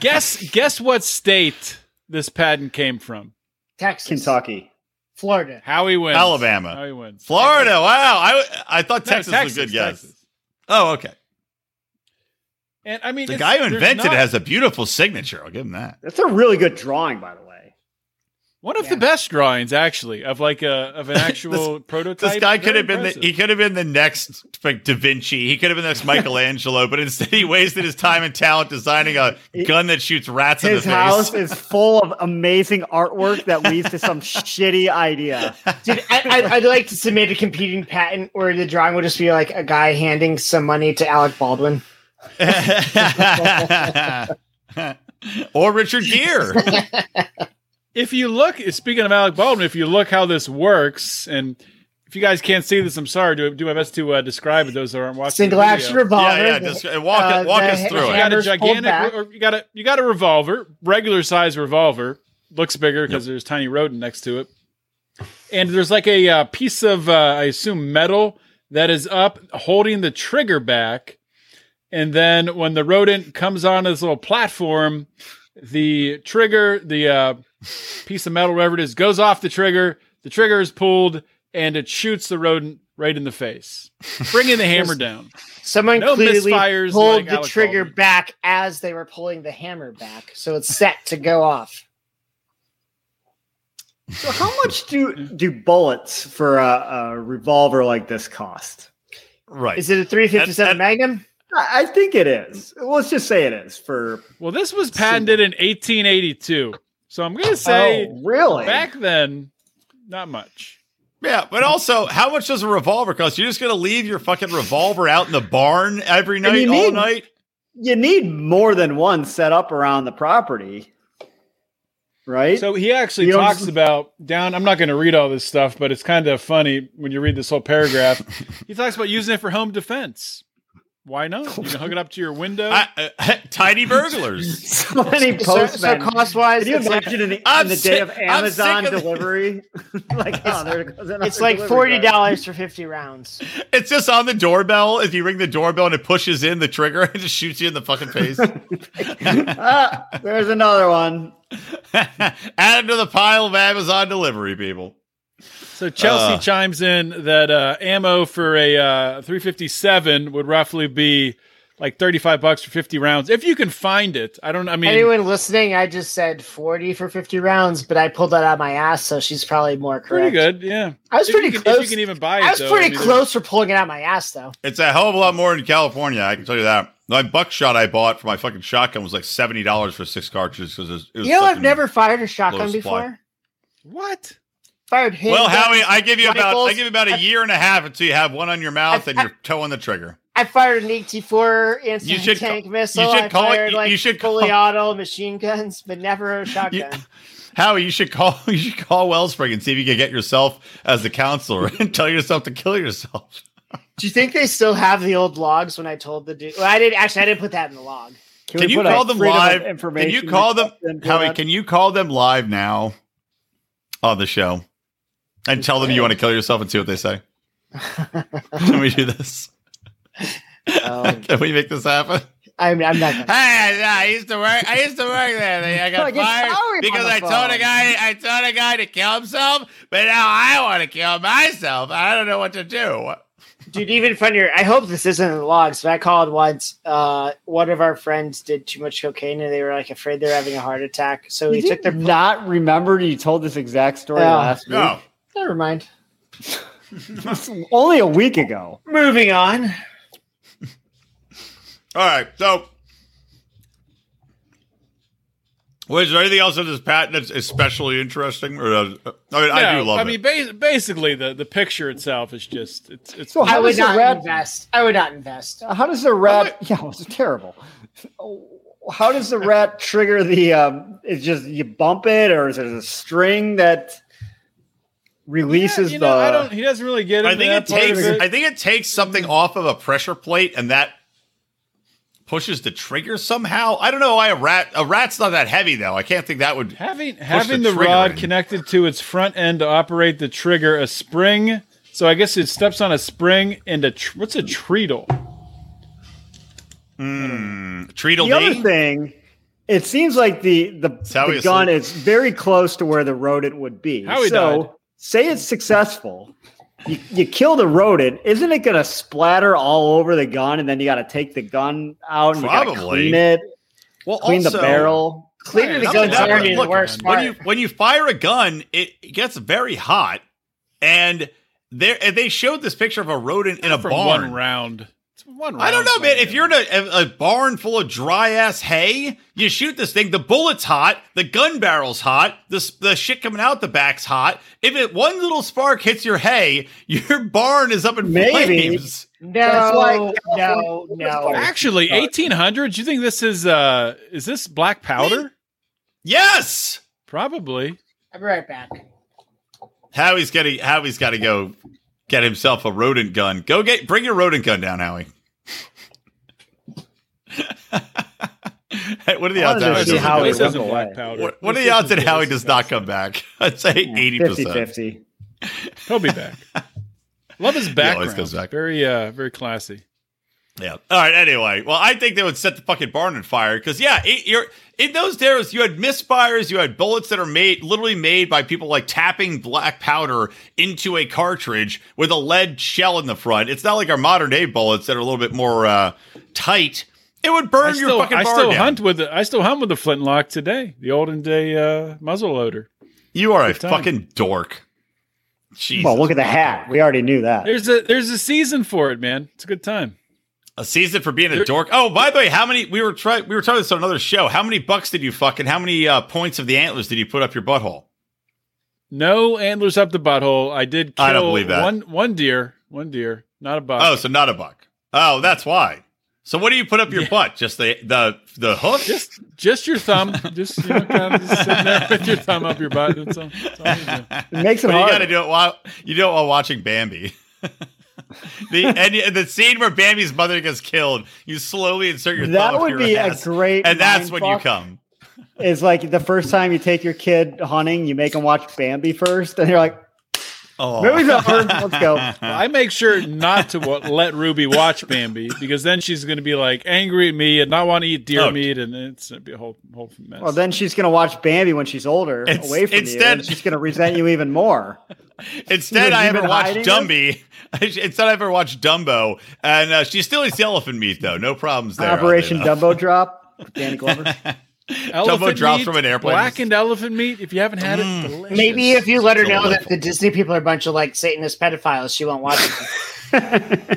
D: guess guess what state this patent came from?
E: Texas,
C: Kentucky.
E: Florida.
D: Howie wins.
B: Alabama.
D: Howie wins.
B: Florida. Wow. I I thought
D: No,
B: Texas, was a good guess.
D: Texas.
B: Oh, okay.
D: And I mean,
B: The
D: it's-
B: guy who
D: there's
B: invented
D: not-
B: it has a beautiful signature. I'll give him that.
C: That's a really good drawing, by the way.
D: one of
E: Yeah.
D: the best drawings, actually, of like a of an actual prototype.
B: This guy could
D: Very
B: have been the,
D: impressive.
B: he could have been the next like, Da Vinci. He could have been the next Michelangelo, but instead he wasted his time and talent designing a gun that shoots rats in the
C: His
B: face.
C: house is full of amazing artwork that leads to some shitty idea.
E: Dude, I, I, I'd like to submit a competing patent where the drawing would just be like a guy handing some money to Alec Baldwin.
B: or Richard Gere.
D: if you look, speaking of Alec Baldwin, if you look how this works, and if you guys can't see this, I'm sorry. Do do my best to uh, describe it. Those that aren't watching.
E: Single
D: the video.
E: action revolver.
B: yeah, yeah. Just uh, walk
E: Uh,
B: walk
E: the
B: us
E: hand-
B: through
D: You
B: it.
D: got a
E: Hammers pulled
D: gigantic,
E: back.
D: or you got a you got a revolver, regular size revolver, looks bigger because there's tiny rodent next to it, and there's like a uh, piece of uh, I assume metal that is up holding the trigger back, and then when the rodent comes on this little platform, the trigger, the uh, piece of metal, whatever it is, goes off the trigger. The trigger is pulled, and it shoots the rodent right in the face, bringing the hammer down.
E: Someone
D: No
E: clearly
D: misfires
E: pulled
D: like
E: the
D: Alec
E: trigger
D: Baldwin.
E: back as they were pulling the hammer back, so it's set to go off.
C: So, how much do do bullets for a, a revolver like this cost?
B: Right.
E: Is it a
B: That-
E: 357
B: that-
E: Magnum?
C: I I think it is. Let's just say it is for.
D: Well, this was patented in 1882, so I'm gonna say
C: oh, really?
D: back then, not much.
B: Yeah, but also, how much does a revolver cost? You're just gonna leave your fucking revolver out in the barn every
C: do
B: night,
C: you
B: all
C: mean?
B: night?
C: you need more than one set up around the property, right?
D: So he actually
C: You don't-
D: talks about down. I'm not gonna read all this stuff, but it's kind of funny when you read this whole paragraph. he talks about using it for home defense. Why not? You can hook it up to your window.
B: I, uh, tiny burglars.
C: so many
E: So,
C: postmen.
E: so cost wise,
C: Can you
E: it's like,
C: imagine in, the,
B: I'm
C: in the
B: sick-
C: day of
B: I'm
C: Amazon
B: sick of the-
C: delivery? like, oh, there goes another
E: it's like
C: delivery
E: forty
C: guy.
E: dollars for fifty rounds.
B: It's just on the doorbell. If you ring the doorbell and it pushes in the trigger and just shoots you in the fucking face.
C: Ah, there's another one.
B: Add him to the pile of Amazon delivery people.
D: so Chelsea
B: Uh.
D: chimes in that uh, ammo for a uh, 357 would roughly be like 35 bucks for 50 rounds if you can find it. I don't. I mean,
E: Anyone listening, I just said forty for fifty rounds, but I pulled that out of my ass, so she's probably more
D: pretty
E: correct.
D: good. Yeah.
E: I was
D: If
E: pretty
D: you can, If
E: close.
D: you can even buy it,
E: I was
D: though,
E: pretty
D: mean, there's-
E: close for pulling it out of my ass, though.
B: It's a hell of a lot more in California. I can tell you that. My buckshot I bought for my fucking shotgun was like seventy dollars for six cartridges because it was. It was
E: You know, I've
B: fucking-
E: never fired a
B: low
E: shotgun
B: supply.
E: before.
D: What?
E: Fired him.
B: Well, Howie, I give you about I
E: Rifles.
B: give you about a year and a half until you have one on your mouth
E: I-
B: and you're toeing the trigger.
E: I fired an E ET4 instant
B: You should
E: tank
B: call-
E: missile.
B: you should
E: I
B: call it-
E: fired
B: you-
E: like
B: you should
E: fully
B: call-
E: auto machine guns, but never
B: You,
E: a shotgun.
B: Howie, you should call you should call Wellspring and see if you can get yourself as the counselor and tell yourself to kill yourself.
E: Do you think they still have the old logs when I told the dude? Well, I didn't actually. I didn't put that in the log.
B: Can
C: we
B: you
C: put a
B: call them
C: freedom of
B: live? Can
C: information
B: you call them
C: request in for
B: Howie?
C: that?
B: Can you call them live now on the show and tell them you want to kill yourself and see what they say? Can we do this?
E: Um,
C: Oh. Um,
B: Can we make this happen?
E: I'm, I'm not. Gonna.
B: Hey, I used to work. I used to work there. They-
C: Oh,
B: I got
E: Look, it's
B: fired
E: Howard
B: because
E: on the
B: I told a
E: phone.
B: guy. I told a guy to kill himself, but now I want to kill myself. I don't know what to do.
E: Dude, even funnier. I hope this isn't in the logs, but I called once. Uh, one of our friends did too much cocaine, and they were like afraid they're having a heart attack. So he
C: You did
E: took their.
C: not remember you told this exact story
E: Yeah.
C: last week.
B: No,
E: Never mind.
C: Only a week ago.
E: Moving on.
B: All right. So, was there anything else in this patent that's especially interesting? Or uh, I mean, I do
D: No,
B: love
D: I
B: it.
D: mean, ba- basically, the, the picture itself is just it's it's
C: So
E: I
C: How
E: would
C: does a
E: not
C: rat-
E: invest. I would not invest.
C: How does the rat? Yeah, it was terrible. How does the rat trigger the? Um, it's just you bump it, or is it a string that releases
D: Yeah, you know, I don't.
C: the?
D: He doesn't really get.
B: I
D: into
B: think it
D: that part of
B: takes.
D: it. Mm-hmm.
B: I think it takes something off of a pressure plate, and that pushes the trigger somehow. I don't know why a rat. A rat's not that heavy though. I can't think that would.
D: Having having
B: the
D: the,
B: trigger
D: rod
B: in.
D: connected to its front end to operate the trigger, a spring. So I guess it steps on a spring and a tr- what's a treadle?
B: Treadle
C: The other thing, it seems like the the,
B: how
C: the
B: he
C: gun is very close to where the rodent would be.
D: How he
C: so
D: died.
C: say it's successful. You, you kill the rodent, isn't it going to splatter all over the gun, and then you got to take the gun out and you gotta
B: Probably.
C: clean it,
B: Well,
C: clean the
B: also-
C: barrel.
E: Cleaning the
B: Not
E: guns
B: that-
E: already the
B: look,
E: worst
B: When
E: part.
B: you when you fire a gun, it it gets very hot, and there and they showed this picture of a rodent in a
D: from
B: barn.
D: one round. It's one round.
B: I don't know, man. If you're in a, a barn full of dry ass hay, you shoot this thing. The bullet's hot. The gun barrel's hot. The s- the shit coming out the back's hot. If it one little spark hits your hay, your barn is up in
C: Maybe.
B: flames.
C: That's why
E: No, no, no.
D: actually
B: Uh,
D: 1800, you think this is uh is this black powder?
B: Yes.
D: Probably.
E: I'll be right back.
B: Howie's getting. Howie's got to go get himself a rodent gun. Go get. Bring your rodent gun down, Howie. Hey, what are the
C: I
B: odds?
C: wanted
B: Howie doesn't
C: to see how
B: go-
C: he
D: this isn't
C: went away.
D: black powder.
B: What, what are
D: This
B: the odds that
D: isn't-
B: Howie does not come back? I'd say eighty percent.
C: 50-50.
D: He'll be back. Love his
B: always
D: background.
B: comes back.
D: Very uh very classy.
B: Yeah. All right. Anyway, well, I think they would set the fucking barn on fire because yeah, it, you're in those days you had misfires, you had bullets that are made literally made by people like tapping black powder into a cartridge with a lead shell in the front. It's not like our modern day bullets that are a little bit more uh, tight. It would burn
D: I
B: your
D: still,
B: fucking
D: I
B: barn
D: still
B: down.
D: hunt with the, I still hunt with the flintlock today, the olden day uh, muzzle loader.
B: You are a
D: time.
B: fucking dork. Jesus.
C: Well, look at the hat. We already knew that.
D: There's a there's a season for it, man. It's a good time.
B: A season for being a dork. Oh, by the way, how many we were trying we were talking this on another show. How many bucks did you fucking how many uh, points of the antlers did you put up your butthole?
D: No antlers up the butthole. I did kill
B: I don't believe that.
D: one one deer, one deer, not a buck.
B: Oh, so not a buck. Oh, that's why. So what do you put up your butt? Just the the the hook?
D: just just your thumb, just you know, kind of just sitting there with your thumb up your butt. That's all, that's all you do.
C: It makes it
B: But you
C: hard.
B: got to do it while you do it while watching Bambi. the and the scene where Bambi's mother gets killed, you slowly insert your thumb
C: that
B: up
C: would
B: your
C: be
B: ass,
C: a great.
B: and that's
C: mind
B: when you
C: fuck,
B: come.
C: Is like the first time you take your kid hunting, you make them watch Bambi first, and you're like,
B: Oh,
C: "Movie's over, let's go."
D: I make sure not to wa- let Ruby watch Bambi because then she's going to be like angry at me and not want to eat deer
B: Oh.
D: meat, and it's going to be a whole whole mess.
C: Well, then she's gonna watch Bambi when she's older,
B: It's-
C: away from
B: instead-
C: you, and she's gonna resent you even more.
B: Instead,
C: You've
B: I ever
C: been
B: watched
C: hiding
B: Dumby. Instead, I ever watched Dumbo, and uh, she still eats the elephant meat though. No problems there.
C: Operation
B: oddly enough.
C: Dumbo Drop, with Danny Glover.
B: Dumbo drops from an airplane. Mm.
D: Blackened elephant meat. If you haven't had it, delicious.
E: Maybe if you let her know that
B: Delightful.
E: the Disney people are a bunch of like Satanist pedophiles, she won't watch it.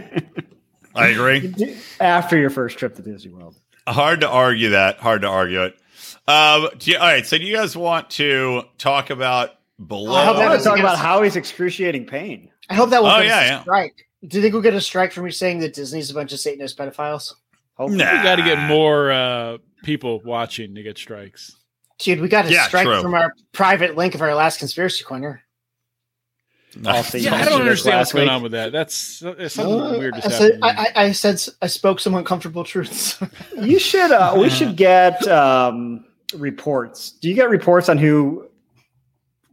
B: I agree.
C: After your first trip to Disney World,
B: Hard to argue that. Hard to argue it. Um, do you- all right. So, do you guys want to talk about
E: I
C: I want
E: hope that
B: below?
C: to
E: doesn't
C: talk
E: get
C: about
E: us-
C: Howie's excruciating pain.
E: I hope that will
B: Oh,
E: get us
B: yeah,
E: a
B: yeah.
E: strike. Do you think we'll get a strike for me saying that Disney's a bunch of Satanist pedophiles?
C: Hopefully.
B: Nah.
D: We got to get more uh, people watching to get strikes.
E: Dude, we got a
B: Yeah,
E: strike
B: true.
E: from our private link of our last conspiracy corner.
C: I'll see
D: Yeah, I
C: mentioned
D: don't
C: this
D: understand what's
C: last
D: going
C: week.
D: on with that. That's uh, something
E: Uh,
D: weird. Just
E: I said,
D: happened.
E: I, I I said s- I spoke some uncomfortable truths.
C: You should. Uh, we should get um, reports. Do you get reports on who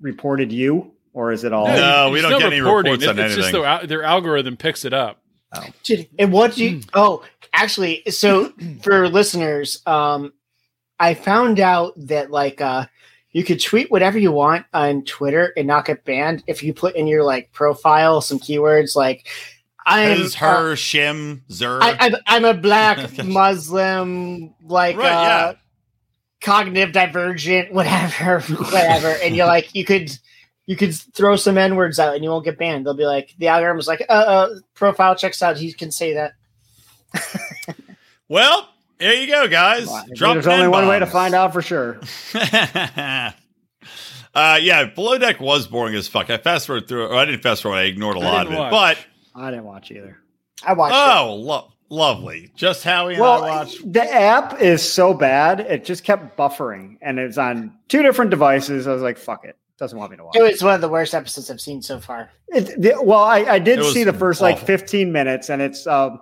C: reported you, or is it all?
B: No, we
D: it's
B: don't get any reports on
D: It's just
B: anything.
D: their, al- their algorithm picks it up.
E: Dude, and what do
B: Mm.
E: you? Oh, actually, so for listeners, um, I found out that like uh, you could tweet whatever you want on Twitter and not get banned if you put in your like profile some keywords like I'm
B: His,
E: uh,
B: her, shim, zer.
E: I, I'm, I'm a black Muslim, like
B: Right, yeah.
E: uh, cognitive divergent, whatever, whatever. and you're like, you could, you could throw some n words out, and you won't get banned. They'll be like, the algorithm's like, uh, uh profile checks out. He can say that.
B: well, there you go, guys.
C: Well, I mean,
B: Drop
C: There's only one way to find out for sure.
B: uh, yeah, Below Deck was boring as fuck. I fast forward through it. Or I didn't fast forward. I ignored a
D: I
B: lot of it.
D: didn't
B: But,
D: watch.
C: I didn't watch either.
E: I watched. it.
B: oh, lo- lovely. Just Howie and I
C: Well,
B: watched.
C: the app is so bad, it just kept buffering, and it's on two different devices. I was like, "Fuck it," doesn't want me to watch.
E: It was one of the worst episodes I've seen so far.
C: It, the, well, I, I did
B: It was
C: see the first like
B: awful.
C: 15 minutes, and it's um,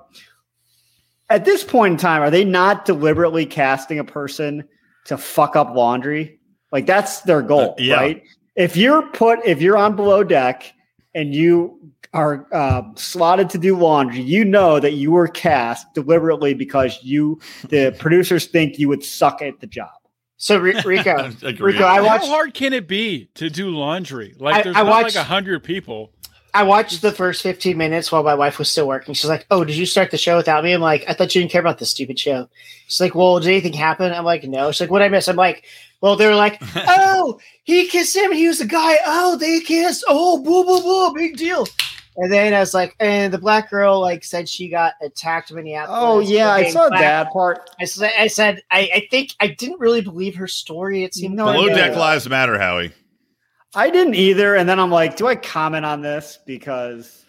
C: at this point in time, are they not deliberately casting a person to fuck up laundry? Like that's their goal,
B: Uh, yeah.
C: right? If you're put, if you're on below deck and you are uh, slotted to do laundry, you know that you were cast deliberately because you, the producers, think you would suck at the job.
E: So Ri- Rico,
B: Agreed.
E: Rico, I watched.
D: How hard can it be to do laundry? Like
E: I-
D: there's
E: I
D: not
E: watched-
D: like a hundred people.
E: I watched the first 15 minutes while my wife was still working. She's like, Oh, did you start the show without me? I'm like, I thought you didn't care about this stupid show. She's like, Well, did anything happen? I'm like, No. She's like, What I miss? I'm like, Well, they were like, Oh, he kissed him. He was a guy. Oh, they kissed. Oh, boo, boo, boo. Big deal. And then I was like, And the black girl like said she got attacked in Minneapolis.
C: Oh yeah,
E: for
C: I
E: being
C: saw
E: black.
C: that part.
E: I said, I, said I, I think I didn't really believe her story. It seemed
C: No,
E: kind
B: Below
E: of-
B: Deck Lives Matter, Howie.
C: I didn't either, and then I'm like, do I comment on this because?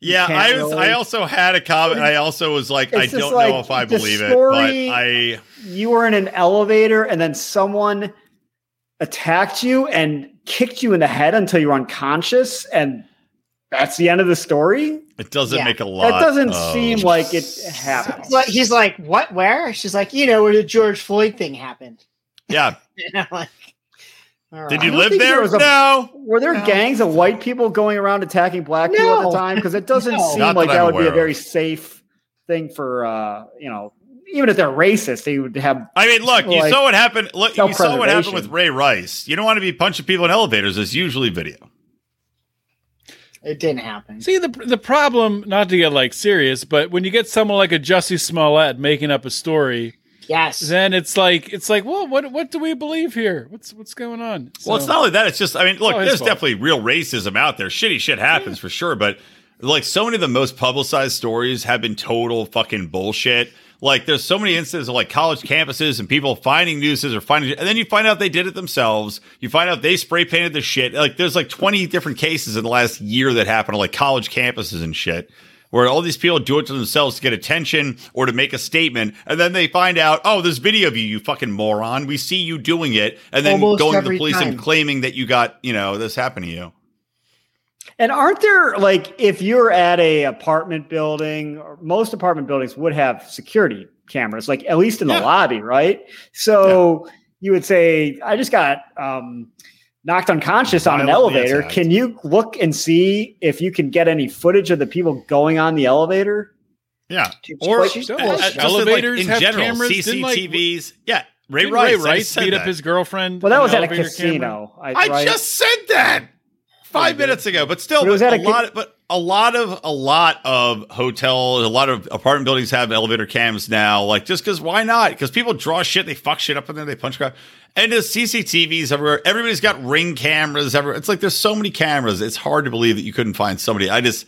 C: You
B: Yeah,
C: can't
B: I was.
C: really-
B: I also had a comment. I also was like,
C: It's
B: I
C: just
B: don't
C: like
B: know if I
C: the
B: believe
C: story-
B: it, but I.
C: you were in an elevator and then someone attacked you and kicked you in the head until you were unconscious and that's the end of the story
B: It doesn't
E: Yeah.
B: make a lot.
C: that doesn't
B: of
C: seem like it
E: It's
C: happened
E: like- He's like, What? Where? She's like, You know, where the George Floyd thing happened.
B: Yeah.
E: And I'm like, all
B: Did
E: right.
B: you
C: don't
B: live
C: think
B: there?
C: there was a-
B: no.
C: were there
E: No.
C: gangs of white people going around attacking black people at
E: No.
C: the time because it doesn't
E: No.
C: seem
B: Not
C: like
B: that
C: that,
B: I'm
C: would be
B: aware
C: a
B: of.
C: very safe thing for uh you know even if they're racist they would have
B: I mean, look. You
C: Like,
B: saw what happened. Look, you saw what happened
C: self-preservation.
B: with Ray Rice. You don't want to be punching people in elevators. It's usually video.
E: It didn't happen.
D: See the the problem, not to get like serious, but when you get someone like a Jussie Smollett making up a story,
E: Yes.
D: then it's like it's like, well, what what do we believe here? What's what's going on?
B: Well, it's
D: So-
B: not only that. It's just, I mean, look,
D: all his
B: there's
D: fault.
B: definitely real racism out there. Shitty shit happens for sure, but like so many of the most publicized stories have been total fucking bullshit. Like there's so many instances of like college campuses and people finding nooses or finding, and then you find out they did it themselves. You find out they spray painted the shit. Like there's like 20 different cases in the last year that happened on like college campuses and shit. Where all these people do it to themselves to get attention or to make a statement, and then they find out, oh, there's video of you, you fucking moron. We see you doing it, and then
E: Almost
B: going to the
E: every
B: police and
E: time.
B: claiming that you got, you know, this happened to you.
C: And aren't there like if you're at a apartment building, or most apartment buildings would have security cameras, like at least in the
B: Yeah.
C: lobby, right? So you would say, I just got um, knocked unconscious on an
B: Violently
C: elevator.
B: attacked.
C: Can you look and see if you can get any footage of the people going on the elevator?
B: Yeah.
E: Dude,
B: Or
E: she's
D: don't.
E: bullshit.
B: just in, like,
D: elevators
B: in
D: have
B: general,
D: cameras, didn't, like,
B: CCTVs. yeah. Ray
D: Didn't
B: Rice.
D: Ray
B: I
D: Rice
B: said
D: beat up
B: that.
D: his girlfriend.
C: Well, that
D: in
C: was
D: an
C: at a
D: elevator camera?
C: casino. I,
B: I
C: right?
B: just said that five minutes ago, but still,
C: But it
B: but
C: was at
B: a
C: a ca-
B: lot, of, but a lot of a lot of hotels, a lot of apartment buildings have elevator cams now. Like just because why not? Because people draw shit, they fuck shit up in there, they punch crap, and there's CCTVs everywhere. Everybody's got ring cameras. Everywhere. It's like there's so many cameras. It's hard to believe that you couldn't find somebody. I just.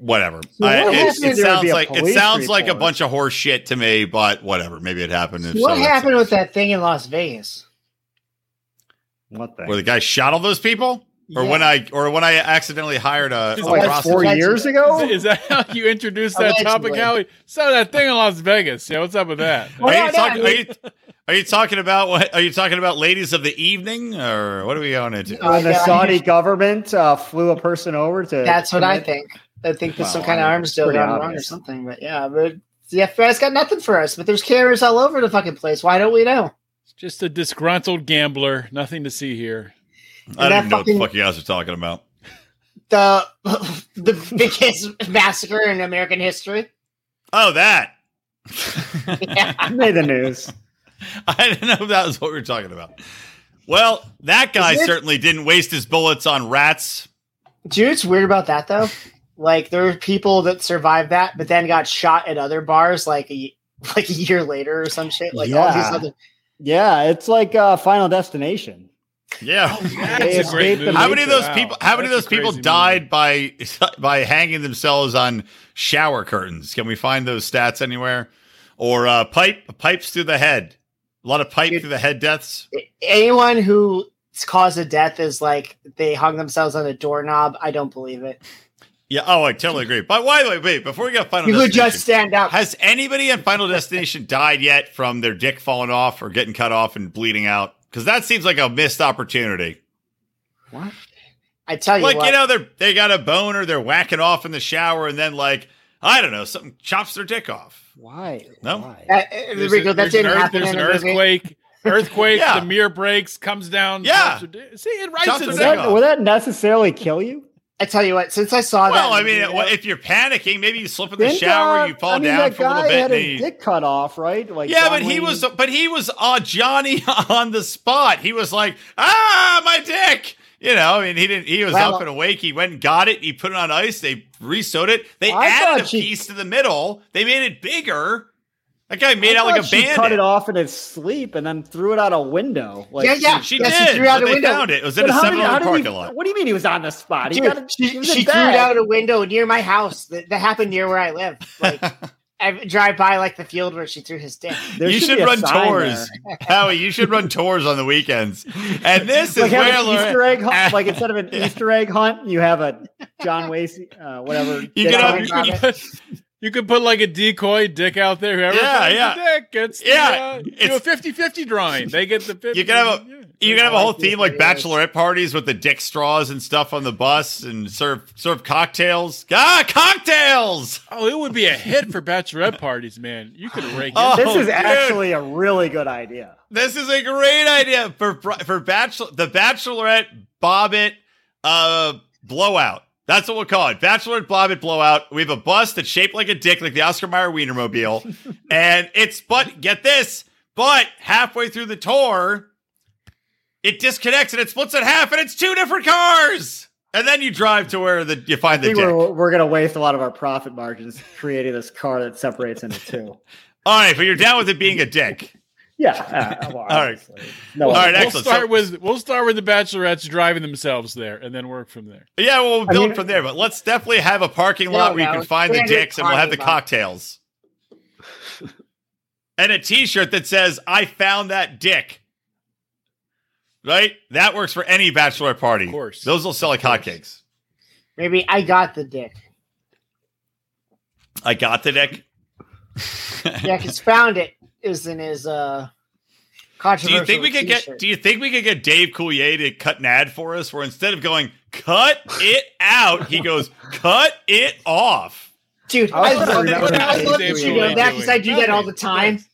B: Whatever.
C: What
B: I, it,
C: happened
B: it
C: if there would be
B: sounds
C: a
B: like it
C: police
B: sounds like a
C: report?
B: bunch of horse shit to me, but whatever. Maybe it happened. If
E: What
B: so, that's-
E: happened with that thing in Las Vegas?
C: what the?
B: Where the guy shot all those people, or
E: Yeah.
B: when I or when I accidentally hired a, a
D: He's
C: Oh, like
B: prostitute?
C: four
E: prostitute.
C: years ago?
D: Is, is that how you introduced that topic,
E: Allegedly.
D: Howie? So that thing in Las Vegas. Yeah, what's up with that?
E: Well,
B: Are
E: yeah,
B: you, talking,
E: Oh, yeah,
B: are, you, are you talking about what are you talking about ladies of the evening or what are we going into?
E: Oh,
C: when the
E: yeah, I
C: Saudi government uh, flew a person over to.
E: That's what I
C: commit-
E: think. I think there's some
C: Well,
E: kind of
C: I mean,
E: arms
C: it's
E: deal
C: pretty
E: going on or
C: obvious.
E: something. But yeah, but the FBI's got nothing for us. But there's cameras all over the fucking place. Why don't we know?
D: Just a disgruntled gambler. Nothing to see here.
B: I
E: that
B: don't even know what the
E: fucking-
B: fuck you guys are talking about.
E: the the biggest massacre in American history.
B: Oh, that.
E: Yeah.
C: Made the news.
B: I didn't know if that was what we were talking about. Well, that guy
E: Is it-
B: certainly didn't waste his bullets on rats.
E: Do you know what's weird about that though? Like there were people that survived that, but then got shot at other bars like a like a year later or some shit. Like all these
C: Yeah.
E: other
C: Yeah, it's like uh, Final Destination.
B: Yeah.
E: Oh,
C: They
D: That's a great
C: escaped the
D: movie.
B: How many of those
D: Wow.
B: people? How many of
D: That's
B: those
D: a
B: people
D: crazy
B: died by by hanging themselves on shower curtains? Can we find those stats anywhere? Or uh, pipe pipes through the head? A lot of pipe
E: Dude.
B: through the head deaths.
E: anyone who caused a death is like they hung themselves on a doorknob. I don't believe it.
B: Yeah. Oh, I totally agree. But why? Wait, wait. Before we get final,
E: You could
B: Destination,
E: just stand up.
B: has anybody in Final Destination died yet from their dick falling off or getting cut off and bleeding out? Because that seems like a missed opportunity.
E: I tell you
B: like
E: what.
B: you know they're they got a bone or they're whacking off in the shower and then like I don't know something chops their dick off.
C: Why?
B: No.
C: Why?
E: that,
D: There's
E: Uh, Rico,
D: a-
E: that
D: there's an
E: didn't
D: earth-
E: happen
D: There's
E: in
D: an
E: a movie.
D: earthquake. Earthquake.
B: Yeah.
D: The mirror breaks, comes down.
B: Yeah.
D: drops her- See, it writes
B: Drops
C: Would
B: her
D: itself.
B: down.
C: that, would that necessarily kill you?
E: I tell you what, since I saw that,
B: Well, I mean,
E: video-
B: it- if you're panicking, maybe you slip in the
C: Didn't,
B: shower,
C: uh,
B: you fall
C: I mean,
B: down
C: that
B: for a little
C: guy
B: bit.
C: Had
B: And then
C: his
B: you,
C: dick cut off, right? Like
B: yeah,
C: John
B: but he
C: Wayne-
B: was, but he was uh, Johnny on the spot. He was like, ah, my dick. You know, I mean, he didn't. He was
E: Well-
B: up and awake. He went and got it. He put it on ice. They resewed it. They
C: I
B: added a
C: thought she-
B: piece to the middle. They made it bigger. That guy made
C: I
B: out like
C: thought
B: a
C: she Cut it
B: bandit.
C: off in his sleep and then threw it out a window. Like,
E: yeah, yeah,
B: She
E: yeah,
B: did.
E: She threw out
B: but
E: a
B: they
E: window.
B: found it. It was in
C: But
B: a
C: how did-
B: 7
C: how
B: Eleven
C: did he-
B: parking lot.
C: What do you mean he was on the spot? He
E: Dude,
C: got a, he
E: she,
C: was
E: she
C: in
E: threw
C: bed.
E: it out a window near my house. That, that happened near where I live. Like I drive by like the field where she threw his dick.
C: There
B: you should
C: be a
B: run
C: sign
B: tours, Howie. You should run tours on the weekends. And this
C: there.
B: is
C: Like have
B: where
C: an
B: Lorraine-
C: Easter egg hunt. like instead of an Easter egg hunt, you have a John Wasey, uh, whatever.
B: You
C: dick
B: get up-
C: hunt.
E: you
D: You could put- You could put like a decoy dick out there. Whoever
B: Yeah,
D: finds
B: yeah.
D: the dick gets the,
B: Yeah,
D: uh, do a
B: it's-
D: 50 50 drawing. They get the 50.
B: You can have a
D: yeah.
B: you can have a whole
E: like these
B: theme like
E: videos.
B: bachelorette parties with the dick straws and stuff on the bus and serve serve cocktails. Ah, cocktails!
D: Oh, it would be a hit for bachelorette parties, man. You could rake
B: Oh.
D: it.
C: This is
B: dude.
C: actually a really good idea.
B: This is a great idea for for bachelor the bachelorette bobbit uh blowout. That's what we'll call it. Bachelorette bobbit blowout. We have a bus that's shaped like a dick, like the Oscar Mayer Wienermobile, and it's but get this, but halfway through the tour, it disconnects and it splits in half, and it's two different cars. And then you drive to where the you
C: I
B: find the
C: think
B: dick.
C: we're, we're going to waste a lot of our profit margins creating this car that separates into two.
B: All right, but you're down with it being a dick.
C: Yeah. uh, well,
B: right.
C: obviously. No,
B: All right,
D: We'll
B: excellent.
D: start
B: So-
D: with we'll start with the bachelorettes driving themselves there, and then work from there.
B: Yeah, well, we'll build
C: mean-
B: from there, but let's definitely have a parking
E: No,
B: lot where you
E: no,
B: can find the
E: we're gonna
B: dicks and we'll have the
E: parking lot.
B: cocktails. And a t shirt that says, I found that dick. Right? That works for any bachelorette party.
D: Of course.
B: Those will sell like hotcakes.
E: Maybe I got the dick.
B: I got the dick.
E: Jack has found it. Is in his uh.
B: Do you think we could get do you think we could get Dave Coulier to cut an ad for us where instead of going, cut it out, he goes, cut it off.
E: Dude,
C: I'll
E: I
C: put
E: love
C: it
E: that.
C: on
E: I
C: the
E: love
C: table.
E: that you know that because I do that all the time.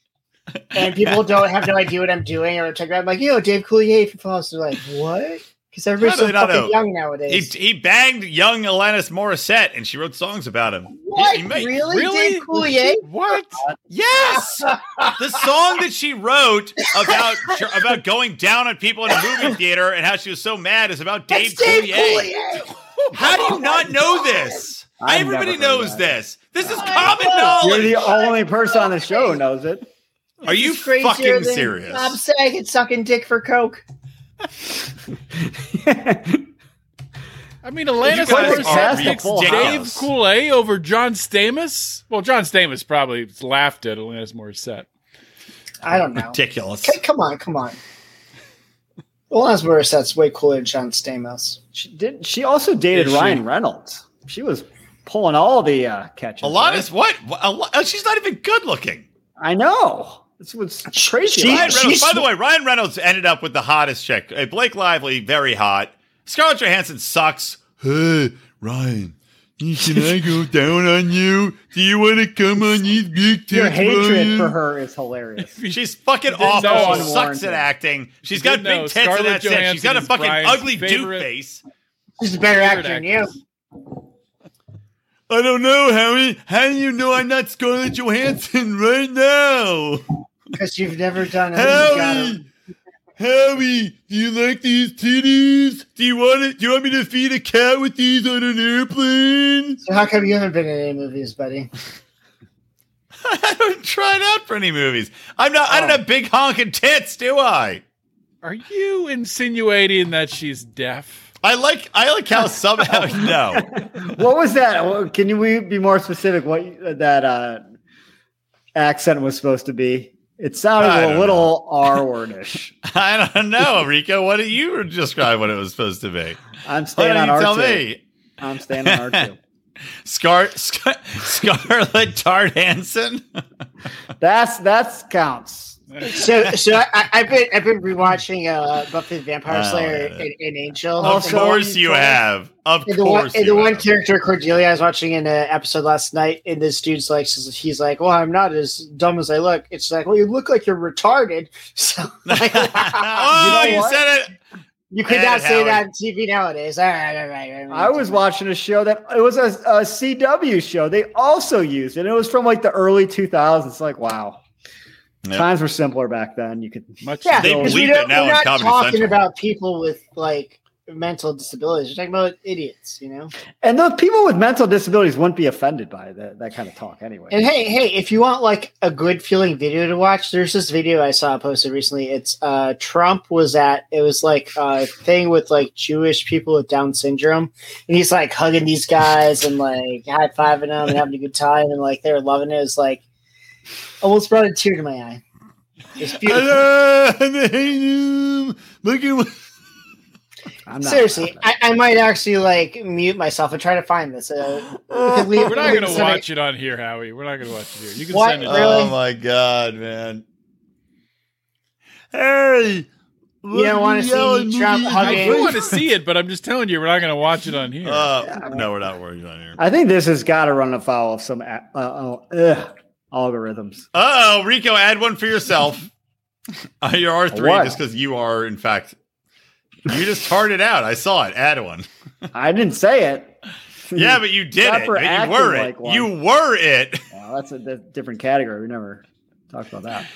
E: And people don't have no idea what I'm doing or check I'm like, yo, Dave Coulier from Foss. They're like, what? Because
B: How
E: everybody's so
B: do they not
E: fucking
B: know?
E: young
B: He,
E: nowadays.
B: he banged young Alanis Morissette and she wrote songs about him.
E: what?
B: he might-
E: really?
D: really?
E: Dave Coulier?
D: What?
B: Yes, the song that she wrote about about going down on people in a movie theater and how she was so mad is about
E: That's
B: Dave
E: Dave
B: Coulier.
E: Coulier. Oh
B: How do you not know this?
C: I've
B: Everybody
C: never heard
B: knows
C: that.
B: this. This is
E: I
B: common
E: know.
C: You're
B: knowledge.
C: the only person on the show who knows it.
B: Are you
E: It's crazier
B: fucking
E: than
B: serious?
E: Bob Saget sucking dick for Coke.
D: I mean, Alanis
B: guys are
D: Morissette
B: ridiculous.
D: picks Dave Coulier over John Stamos. Well, John Stamos probably laughed at Alanis Morissette.
E: I don't know.
B: Ridiculous.
E: C- Come on, come on. Alanis Morissette's way cooler than John Stamos.
C: She did. She also dated
D: Is she-
C: Ryan Reynolds. She was pulling all the uh, catches.
B: Alanis,
C: right?
B: what? Al- oh, she's not even good looking.
C: I know. This was crazy.
E: She-
B: Ryan
C: about it.
B: Reynolds.
E: she's-
B: By the way, Ryan Reynolds ended up with the hottest chick. Uh, Blake Lively, very hot. Scarlett Johansson sucks. Hey, Ryan, can I go down on you? Do you want to come on these big
C: Your
B: tits,
C: hatred
B: Ryan?
C: for her is hilarious.
B: She's fucking
D: didn't
B: awful.
D: know.
B: She sucks
C: Unwarranted.
B: at acting. She's
D: You
B: got
D: didn't know
B: big tits, and
D: Scarlett
B: that's it. She's got a
D: Johansson is
B: fucking
D: Brian's
B: ugly dude
D: favorite-
B: face.
E: She's a better
D: Favorite
E: actor than you.
B: I don't know, Harry. How do you know I'm not Scarlett Johansson right now?
E: Because you've never done it.
B: Harry, Harry, do you like these titties? Do you want it? Do you want me to feed a cat with these on an airplane?
E: So how come you haven't been in any movies, buddy?
B: I don't try it out for any movies. I'm not. I don't
E: Oh.
B: have big honking tits, do I?
D: Are you insinuating that she's deaf?
B: I like. I like how somehow no.
C: What was that? Well, Can you we be more specific? What you- that uh, accent was supposed to be? It
B: I
C: sounded
B: don't
C: a little R wordish.
B: I don't know, Rico. What did you describe what it was supposed to be?
C: I'm
B: Why
C: staying
B: don't
C: on
B: you
C: R
B: tell
C: two.
B: me?
C: I'm staying on R two.
B: Scar, Scar Scarlett Tartanson.
C: That's that's counts.
E: So, so I, I've been I've been rewatching uh, Buffy the Vampire
B: Oh,
E: Slayer
B: yeah.
E: and, and Angel.
B: Of
C: Also,
E: And-
B: course you
C: Tony-
B: have. Of
E: And the one,
B: course
E: and the
B: you
E: one
B: have.
E: character Cordelia I was watching in an episode last night, and this dude's like, he's like, "Well, I'm not as dumb as I look." It's like, "Well, you look like you're retarded." So, like,
B: oh,
E: you
B: you,
E: know what?
B: said it.
E: You could
B: Ed
E: not say
B: Howard.
E: that on TV nowadays. All right, all right, all right.
C: I was watching a show that it was a, a CW show. They also used, and it was from like the early 2000s. It's like wow,
B: Yep.
C: times were simpler back then. You could
D: Much
E: Yeah,
B: They
E: because
B: bleep
E: we
B: it
E: don't,
B: now
E: we're
B: on
E: not
B: Comedy
E: talking
B: Central.
E: about people with like mental disabilities. We're talking about idiots, you know.
C: And those people with mental disabilities wouldn't be offended by that, that kind of talk anyway.
E: And hey, hey, if you want like a good feeling video to watch, there's this video I saw posted recently. It's uh Trump was at it was like a thing with like Jewish people with Down syndrome, and he's like hugging these guys and like high fiving them and having a good time, and like they're loving it. It's like almost brought a tear to my eye. It's beautiful.
B: I hate him. Look at what.
C: I'm not
E: Seriously,
C: offended.
E: I, I might actually like mute myself and try to find this. Uh, because we-
D: We're not
E: we-
D: going to
E: so-
D: watch it on here, Howie. We're not going to watch it here. You can
E: What?
D: send it.
E: Uh, Really?
B: Oh my god, man. Hey,
E: You don't wanna see Trump
D: I
E: hugging-
D: do want to see it, but I'm just telling you, we're not going to watch it on here.
B: Uh, no, we're not working on here.
C: I think this has got to run afoul of some a- uh, oh, ugh, algorithms.
B: Uh oh, Rico, add one for yourself. Uh, you're R three
C: What?
B: just because you are, in fact, you just started out. I saw it. Add one.
C: I didn't say it.
B: Yeah, but you did
C: Not
B: it.
C: for
B: You
C: acting
B: were it.
C: like one.
B: You were it.
C: Well, that's a di- different category. We never talked about that.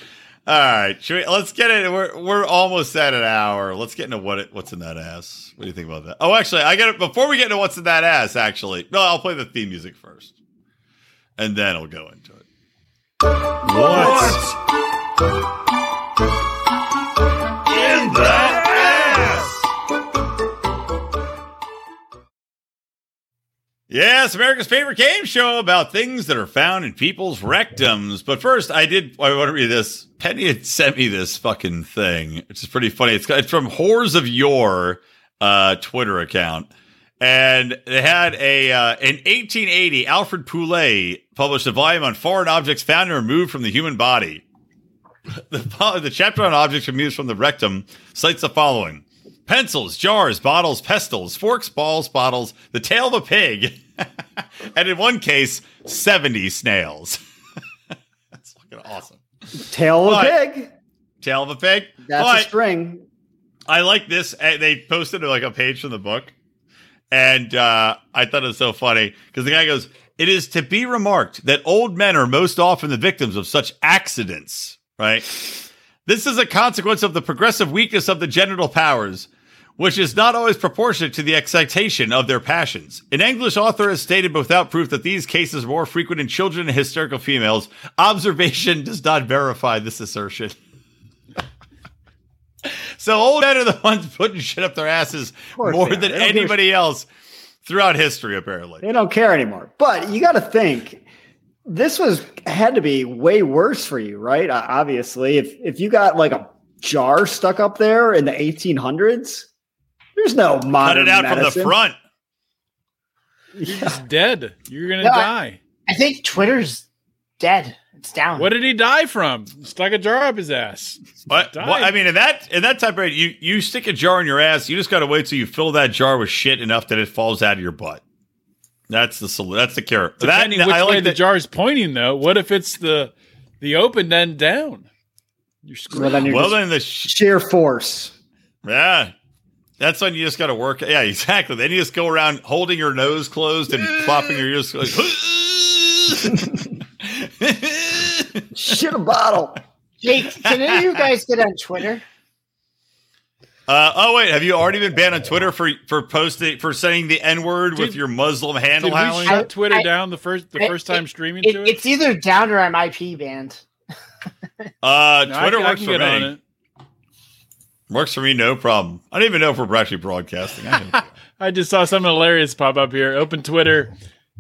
B: All right, should we, let's get it. We're we're almost at an hour. Let's get into what it, what's in that ass. What do you think about that? Oh, actually, I got it. Before we get into what's in that ass, actually, no, I'll play the theme music first, and then I'll go into it.
G: What?
B: In that ass. Yes, America's favorite game show about things that are found in people's rectums. But first, I did. I want to read this. Penny had sent me this fucking thing, which is pretty funny. It's, it's from Whores of Yore uh, Twitter account, and they had a uh, in 1880. Alfred Poulet published a volume on foreign objects found and removed from the human body. The, fo- the chapter on objects removed from the rectum cites the following pencils, jars, bottles, pestles, forks, balls, bottles, the tail of a pig, and in one case, 70 snails. That's fucking awesome.
C: Tail of a
B: But-
C: pig.
B: Tail of a pig?
C: That's
B: But-
C: a string.
B: I like this. uh, They posted like a page from the book, and uh, I thought it was so funny because the guy goes, "It is to be remarked that old men are most often the victims of such accidents." Right. This is a consequence of the progressive weakness of the genital powers, which is not always proportionate to the excitation of their passions. An English author has stated without proof that these cases are more frequent in children and hysterical females. Observation does not verify this assertion. So old men are the ones putting shit up their asses
C: course
B: more
C: they are.
B: than
C: They don't give a
B: anybody else throughout history, apparently.
C: They don't care anymore. But you got to think this was had to be way worse for you, right? Uh, obviously, if if you got like a jar stuck up there in the 1800s, there's no
B: Cut
C: modern
B: it out from
C: medicine.
B: the front.
D: You're just dead. You're going to
E: No, I-
D: die.
E: I think Twitter's dead. It's down.
D: What did he die from? Stuck a jar up his ass.
B: What,
D: Died.
B: what- I mean, in that in that type of you you stick a jar in your ass. You just got to wait till you fill that jar with shit enough that it falls out of your butt. That's the solu- That's the cure. That
D: Depending which
B: I
D: way
B: like
D: the
B: that-
D: jar is pointing, though. What if it's the the open end down?
C: Well,
D: You're screwed.
C: then you're
B: Well,
C: just
B: then the sh-
C: sheer force.
B: yeah. That's when you just got to work. Yeah, exactly. Then you just go around holding your nose closed and flopping your ears. Like,
C: Shit a bottle.
E: Hey, can any of you guys get on Twitter?
B: uh, oh wait, have you already been banned on Twitter for for posting for saying the N word with
D: Dude,
B: your Muslim handle?
D: Did we
B: Howling?
D: shut Twitter
E: I-
D: down the first the
E: I-
D: first time streaming
E: It,
D: to it?
E: it's either down or I'm IP banned.
B: Uh,
D: No, I
B: Twitter
D: can- I
B: works
D: can
B: for
D: get on
B: me.
D: it.
B: Works for me, no problem. I don't even know if we're actually broadcasting. I don't know.
D: I just saw something hilarious pop up here. Open Twitter,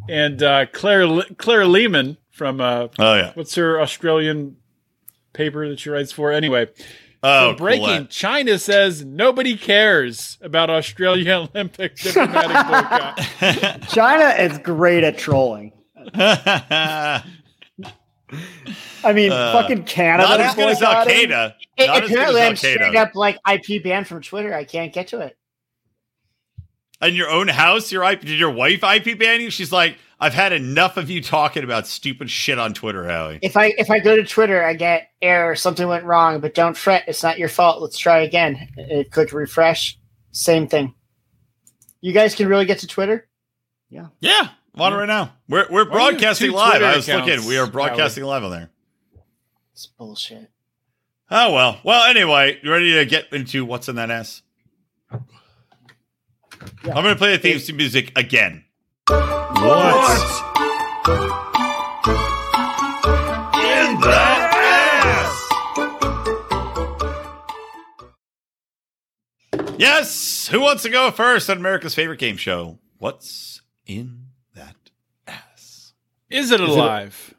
D: and uh, Claire Le- Claire Lehman from uh,
B: oh yeah.
D: what's her Australian paper that she writes for? Anyway,
B: Oh,
D: from breaking
B: Colette.
D: China says nobody cares about Australia Olympic diplomatic boycott.
C: China is great at trolling. I mean,
B: Uh,
C: fucking Canada.
B: Not as good as
C: boycotted.
B: Al Qaeda.
E: It-
B: Not as good
E: apparently, I'm
B: as Al
E: straight
B: Qaeda.
E: up like IP banned from Twitter. I can't get to it.
B: In your own house, your IP, did your wife IP ban you? She's like, I've had enough of you talking about stupid shit on Twitter, Hallie.
E: If I if I go to Twitter, I get error. Something went wrong, but don't fret. It's not your fault. Let's try again. Uh, click refresh. Same thing. You guys can really get to Twitter.
B: Yeah, I'm on it right now. We're we're
D: Why do you have
B: broadcasting
D: two
B: live.
D: Twitter
B: I was
D: accounts,
B: looking. We are broadcasting live on there.
E: It's bullshit.
B: Oh well. Well, anyway, you ready to get into what's in that ass? I'm gonna play the theme to music again. What? In that ass? Yes. Who wants to go first on America's favorite game show? What's in that ass?
D: Is it alive?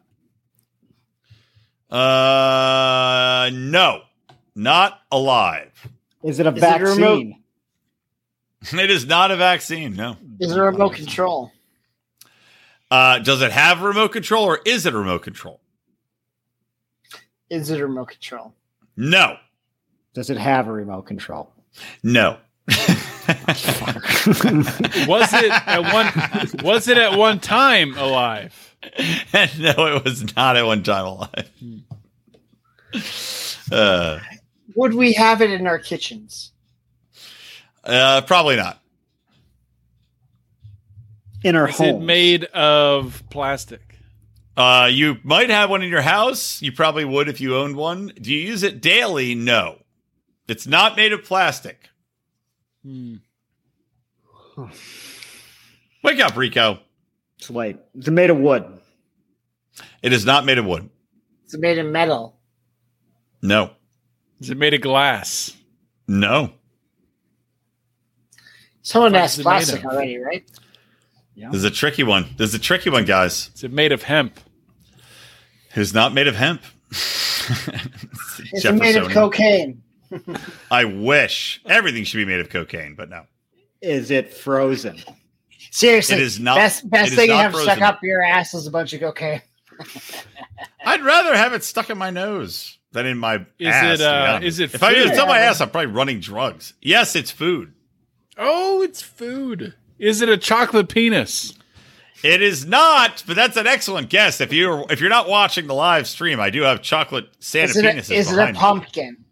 B: Uh, no, not alive.
C: Is it a
E: Is it a remote?
C: vaccine?
B: It is not a vaccine. No.
E: Is there remote control?
B: Uh, does it have a remote control or is it a remote control?
E: Is it remote control?
B: No.
C: Does it have a remote control?
B: No.
D: was it at one? Was it at one time alive?
B: no, it was not at one time alive. Uh,
E: Would we have it in our kitchens?
B: uh, probably not.
C: In our
D: Is it
C: home.
D: made of plastic?
B: Uh, you might have one in your house. You probably would if you owned one. Do you use it daily? No. It's not made of plastic.
D: Hmm.
B: Wake up, Rico.
C: it's late. Is it made of wood?
B: It is not made of wood.
E: Is it made of metal?
B: No.
D: Is it made of glass?
B: No.
E: Someone
D: Fuck
E: asked
D: is it made
E: plastic
D: of?
E: already, right?
B: This is a tricky one. This is a tricky one, guys.
D: Is it made of hemp?
B: who's not made of hemp.
E: Is it made of
B: Jeffersonian.
E: cocaine?
B: I wish everything should be made of cocaine, but no.
C: Is it frozen?
E: Seriously,
B: It is not-
E: Best,
B: it
E: best
B: is
E: thing you
B: not
E: have stuck
B: frozen.
E: up your ass is a bunch of cocaine.
B: I'd rather have it stuck in my nose than in my
D: Is
B: ass. to
D: it,
B: be
D: uh,
B: honest.
D: is it
B: If I
D: food?
B: it's on my ass, I'm probably running drugs. Yes, it's food.
D: Oh, it's food. Is it a chocolate penis?
B: It is not, but that's an excellent guess. If you're if you're not watching the live stream, I do have chocolate Santa
E: Is it, a,
B: penises
E: is it a
B: behind me.
E: pumpkin?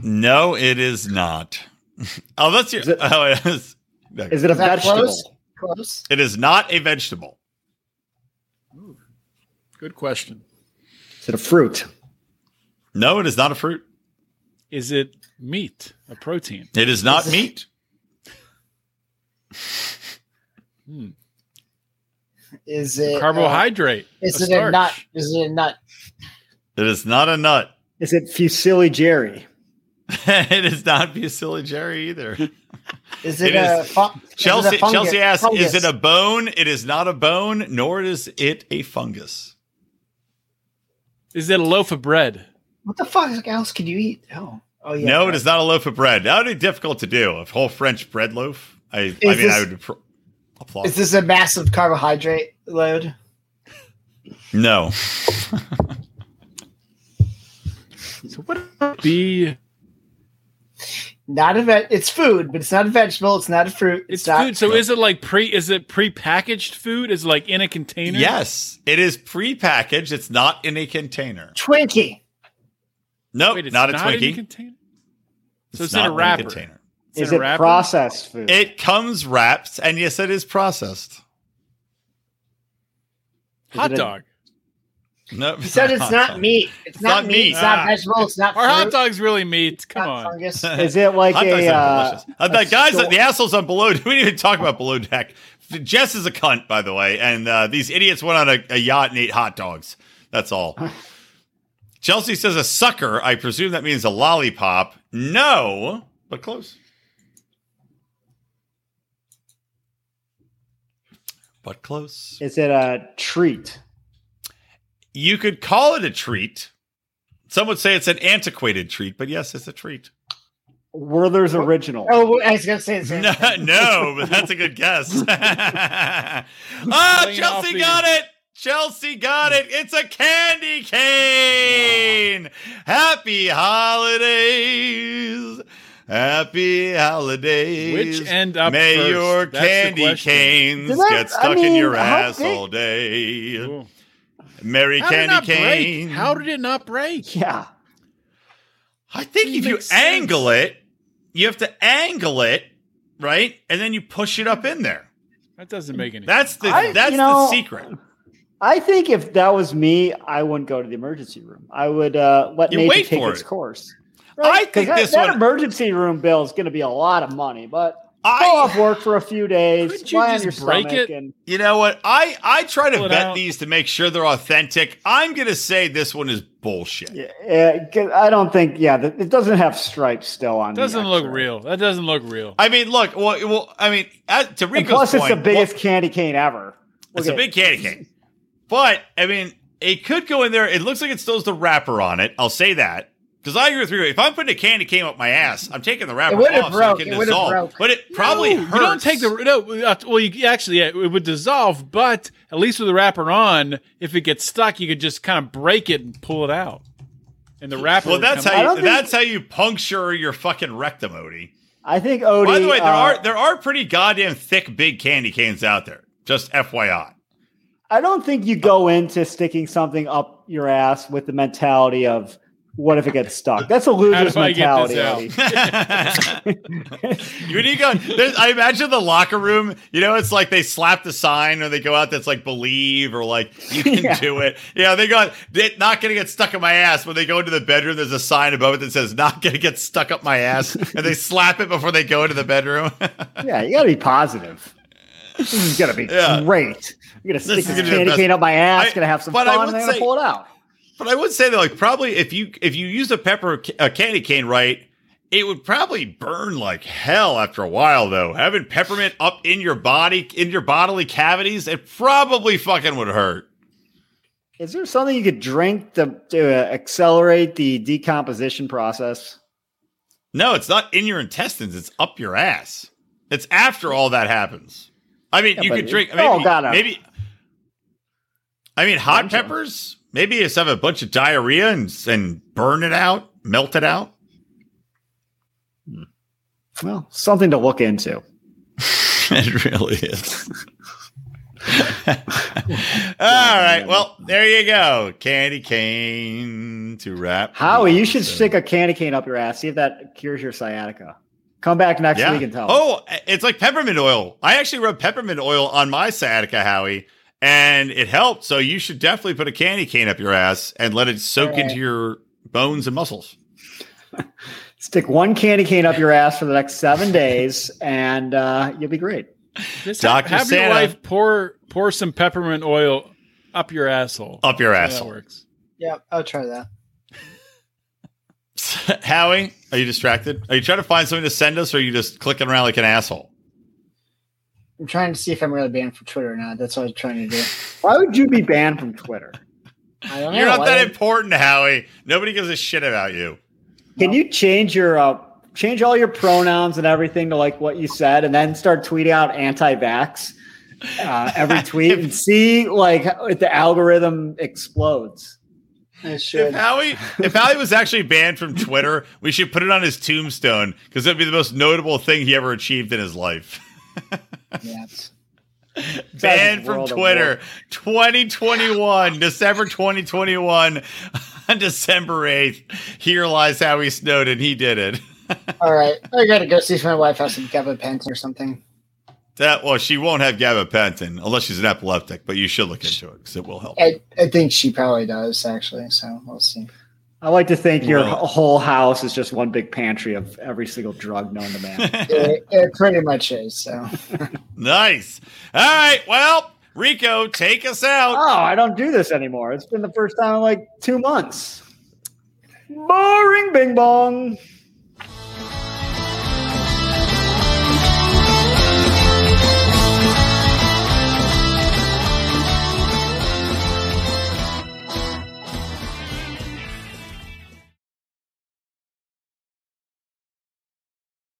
B: No, it is not. oh, that's your.
C: Is it-
B: oh, it is. no.
C: Is it a
E: Is that
C: vegetable?
E: close? Close.
B: It is not a vegetable.
D: Good question.
C: Is it a fruit?
B: No, it is not a fruit.
D: Is it meat? A protein?
B: It is not
E: Is it-
B: meat.
E: Is it uh,
D: Carbohydrate?
E: is
D: a
E: it a nut?
D: starch?
E: Is it a nut?
B: It is not a nut.
C: Is it Fusilli Jerry?
B: it is not be a silly Jerry either.
E: Is it,
B: It
E: a
B: is-
E: fu- is it a
B: Chelsea
E: fungus-
B: Chelsea asks,
E: fungus?
B: is it a bone? It is not a bone, nor is it a fungus.
D: Is it a loaf of bread?
E: what the fuck else can you eat? Oh, oh yeah.
B: no, it is not a loaf of bread. That would be difficult to do. A whole French bread loaf. I, I mean,
E: Is
B: I
E: this-
B: would pr- applaud.
E: Is this a massive carbohydrate load?
B: no,
D: So what would be?
E: Not a vet. It's food, but it's not a vegetable. It's not a fruit.
D: It's
E: not
D: food. So is it like pre? Is it pre-packaged food? Is it like in a container?
B: yes, it is prepackaged. It's not in a container.
E: Twinkie.
B: Nope,
D: Wait, it's
B: not a
D: in
B: Twinkie.
D: container. So it's in a wrapper. It's
C: Is
D: in a
C: it
D: wrapper.
C: processed food?
B: It comes wrapped, and yes, it is processed.
D: Hot
C: it a-
D: dog.
B: No,
E: He said it's not meat. It's, not, meat. It's
D: Ah.
E: not vegetable. It's not
D: Are hot
E: fruit.
D: dogs really meat?
E: It's not
D: Come on.
E: fungus.
C: Is it like
B: Hot dogs
C: a?
B: are
C: Uh,
B: delicious. Uh, the
C: a
B: guys,
C: store-
B: the assholes on below. We didn't even talk about below deck. Jess is a cunt, by the way, and uh, these idiots went on a, a yacht and ate hot dogs. That's all. Chelsea says a sucker. I presume that means a lollipop. No, but close. But close.
C: is it a treat?
B: You could call it a treat. Some would say it's an antiquated treat, but yes, it's a treat.
C: Werther's original.
E: Oh, I was gonna say the same.
B: No,
E: thing.
B: no, but that's a good guess. oh,
D: Playing off
B: Chelsea
D: the-
B: got it. Chelsea got it. It's a candy cane. Happy holidays. Happy holidays.
D: Which end up
B: May
D: first?
B: your
D: That's the
B: candy
D: question.
B: canes
E: Did that-
B: get
E: I
B: stuck in
E: mean,
B: your
E: how
B: ass
E: big-
B: all day.
D: Ooh.
B: Merry
D: How did it
B: candy
D: not
B: cane.
D: break? How did it not break?
C: Yeah.
B: I think if you
D: makes sense.
B: angle it, you have to angle it, right? And then you push it up in there.
D: That doesn't make any.
B: That's the
C: I-
B: that's
C: you know-
B: the secret.
C: I think if that was me, I wouldn't go to the emergency room. I would uh, let
B: You
C: nature
B: wait
C: take
B: for
C: its
B: it.
C: course.
B: I
C: 'Cause
B: think
C: that,
B: this
C: that
B: one.
C: emergency room bill is going to be a lot of money, but go
B: I
C: off work for a few days,
D: Couldn't you
C: lie on
D: just
C: your
D: break
C: stomach,
D: it?
C: and
B: you know what I I try to
D: Pull it
B: vet
D: out.
B: these to make sure they're authentic. I'm gonna say this one is bullshit.
C: yeah, yeah, 'cause I don't think. Yeah, th- it doesn't have stripes still on. the
D: doesn't look
C: X-ray.
D: real. That doesn't look real.
B: I mean, look, well, well I mean, as, to
C: And
B: Rico's
C: plus, it's
B: point,
C: the biggest candy cane
B: well,
C: ever.
B: it's
C: Look
B: a
C: at-
B: big candy cane. But I mean, it could go in there. It looks like it still has the wrapper on it. I'll say that. Because I agree with you. If I'm putting a candy cane up my ass, I'm taking the wrapper
E: would've
B: off
E: broke.
B: so it
E: It
B: can
E: would've
B: dissolve.
E: broke.
B: But it probably
D: No,
B: hurts.
D: You don't take the no. uh, Well, you actually yeah, it would dissolve, but at least with the wrapper on, if it gets stuck, you could just kind of break it and pull it out. And the wrapper.
B: Well,
D: would
B: that's
D: come
B: how
C: I
B: you,
C: don't think-
B: that's how you puncture your fucking rectum, Odie.
C: I think Odie.
B: By the way, there
C: uh,
B: are there are pretty goddamn thick big candy canes out there. Just FYI.
C: I don't think you go into sticking something up your ass with the mentality of what if it gets stuck. That's a loser's
D: do I get this
C: mentality.
D: out?
C: Eddie.
B: when you go, there's- I imagine the locker room. You know, it's like they slap the sign or they go out that's like believe or like you can
C: Yeah.
B: do it. Yeah, they go. They're not gonna get stuck in my ass when they go into the bedroom. There's a sign above it that says "not gonna get stuck up my ass," and they slap it before they go into the bedroom.
C: Yeah, you got to be positive. This is gonna be
B: Yeah.
C: great. I'm gonna stick
B: is
C: this,
B: gonna be the
C: candy
B: best.
C: cane up my ass.
B: I-
C: gonna have some
B: but
C: fun.
B: I
C: and
B: would
C: I'm gonna
B: say-
C: pull it out.
B: But I would say that, like, probably if you if you use a pepper a candy cane right, it would probably burn like hell after a while. Though having peppermint up in your body in your bodily cavities, it probably fucking would hurt.
C: Is there something you could drink to, to uh, accelerate the decomposition process?
B: No, it's not in your intestines; it's up your ass. It's after all that happens. I mean,
C: Yeah,
B: you
C: but
B: could drink
C: it's all
B: maybe,
C: gotta-
B: maybe. I mean, hot
C: Bunch of-
B: peppers. Maybe you just have a bunch of diarrhea and and burn it out, melt it out.
C: Well, something to look into.
B: It really is. All right. Well, there you go. Candy cane to wrap.
C: Howie, you should
B: So-
C: stick a candy cane up your ass. See if that cures your sciatica. Come back next
B: Yeah.
C: week and tell. us.
B: Oh, it's like peppermint oil. I actually rubbed peppermint oil on my sciatica, Howie, and it helped. So you should definitely put a candy cane up your ass and let it soak into your bones and muscles.
C: stick one candy cane up your ass for the next seven days, and uh, you'll be great.
D: Just have,
B: Dr.
D: have your
B: Santa.
D: wife pour pour some peppermint oil up your asshole.
B: Up your
D: See how
B: ass.
D: That works.
E: Yeah, I'll try that.
B: Howie, are you distracted? Are you trying to find something to send us, or are you just clicking around like an asshole?
E: I'm trying to see if I'm really banned from Twitter or not. That's what I'm trying to do.
C: Why would you be banned from Twitter?
E: I don't
B: You're
E: know.
B: not
E: Why
B: that
E: did-
B: important, Howie. Nobody gives a shit about you.
C: Can you change your uh, change all your pronouns and everything to like what you said, and then start tweeting out anti-vax uh, every tweet and see like how- if the algorithm explodes?
E: I
B: If
E: should.
B: Howie, if Howie was actually banned from Twitter, we should put it on his tombstone because that'd be the most notable thing he ever achieved in his life.
E: Yeah, it's-
B: Banned from
C: World of
B: Twitter, 2021, December 2021, on December 8th. Here lies Howie Snowden. He did it.
E: All right, I gotta go see if my wife has some gabapentin or something.
B: That well, she won't have gabapentin unless she's an epileptic, but you should look into it because it will help.
E: I, I think she probably does actually. So we'll see.
C: I like to think your
B: Well.
C: whole house is just one big pantry of every single drug known to man.
E: It, it pretty much is. So
B: Nice. All right. Well, Rico, take us out.
C: oh, I don't do this anymore. It's been the first time in like two months. Boring, bing bong.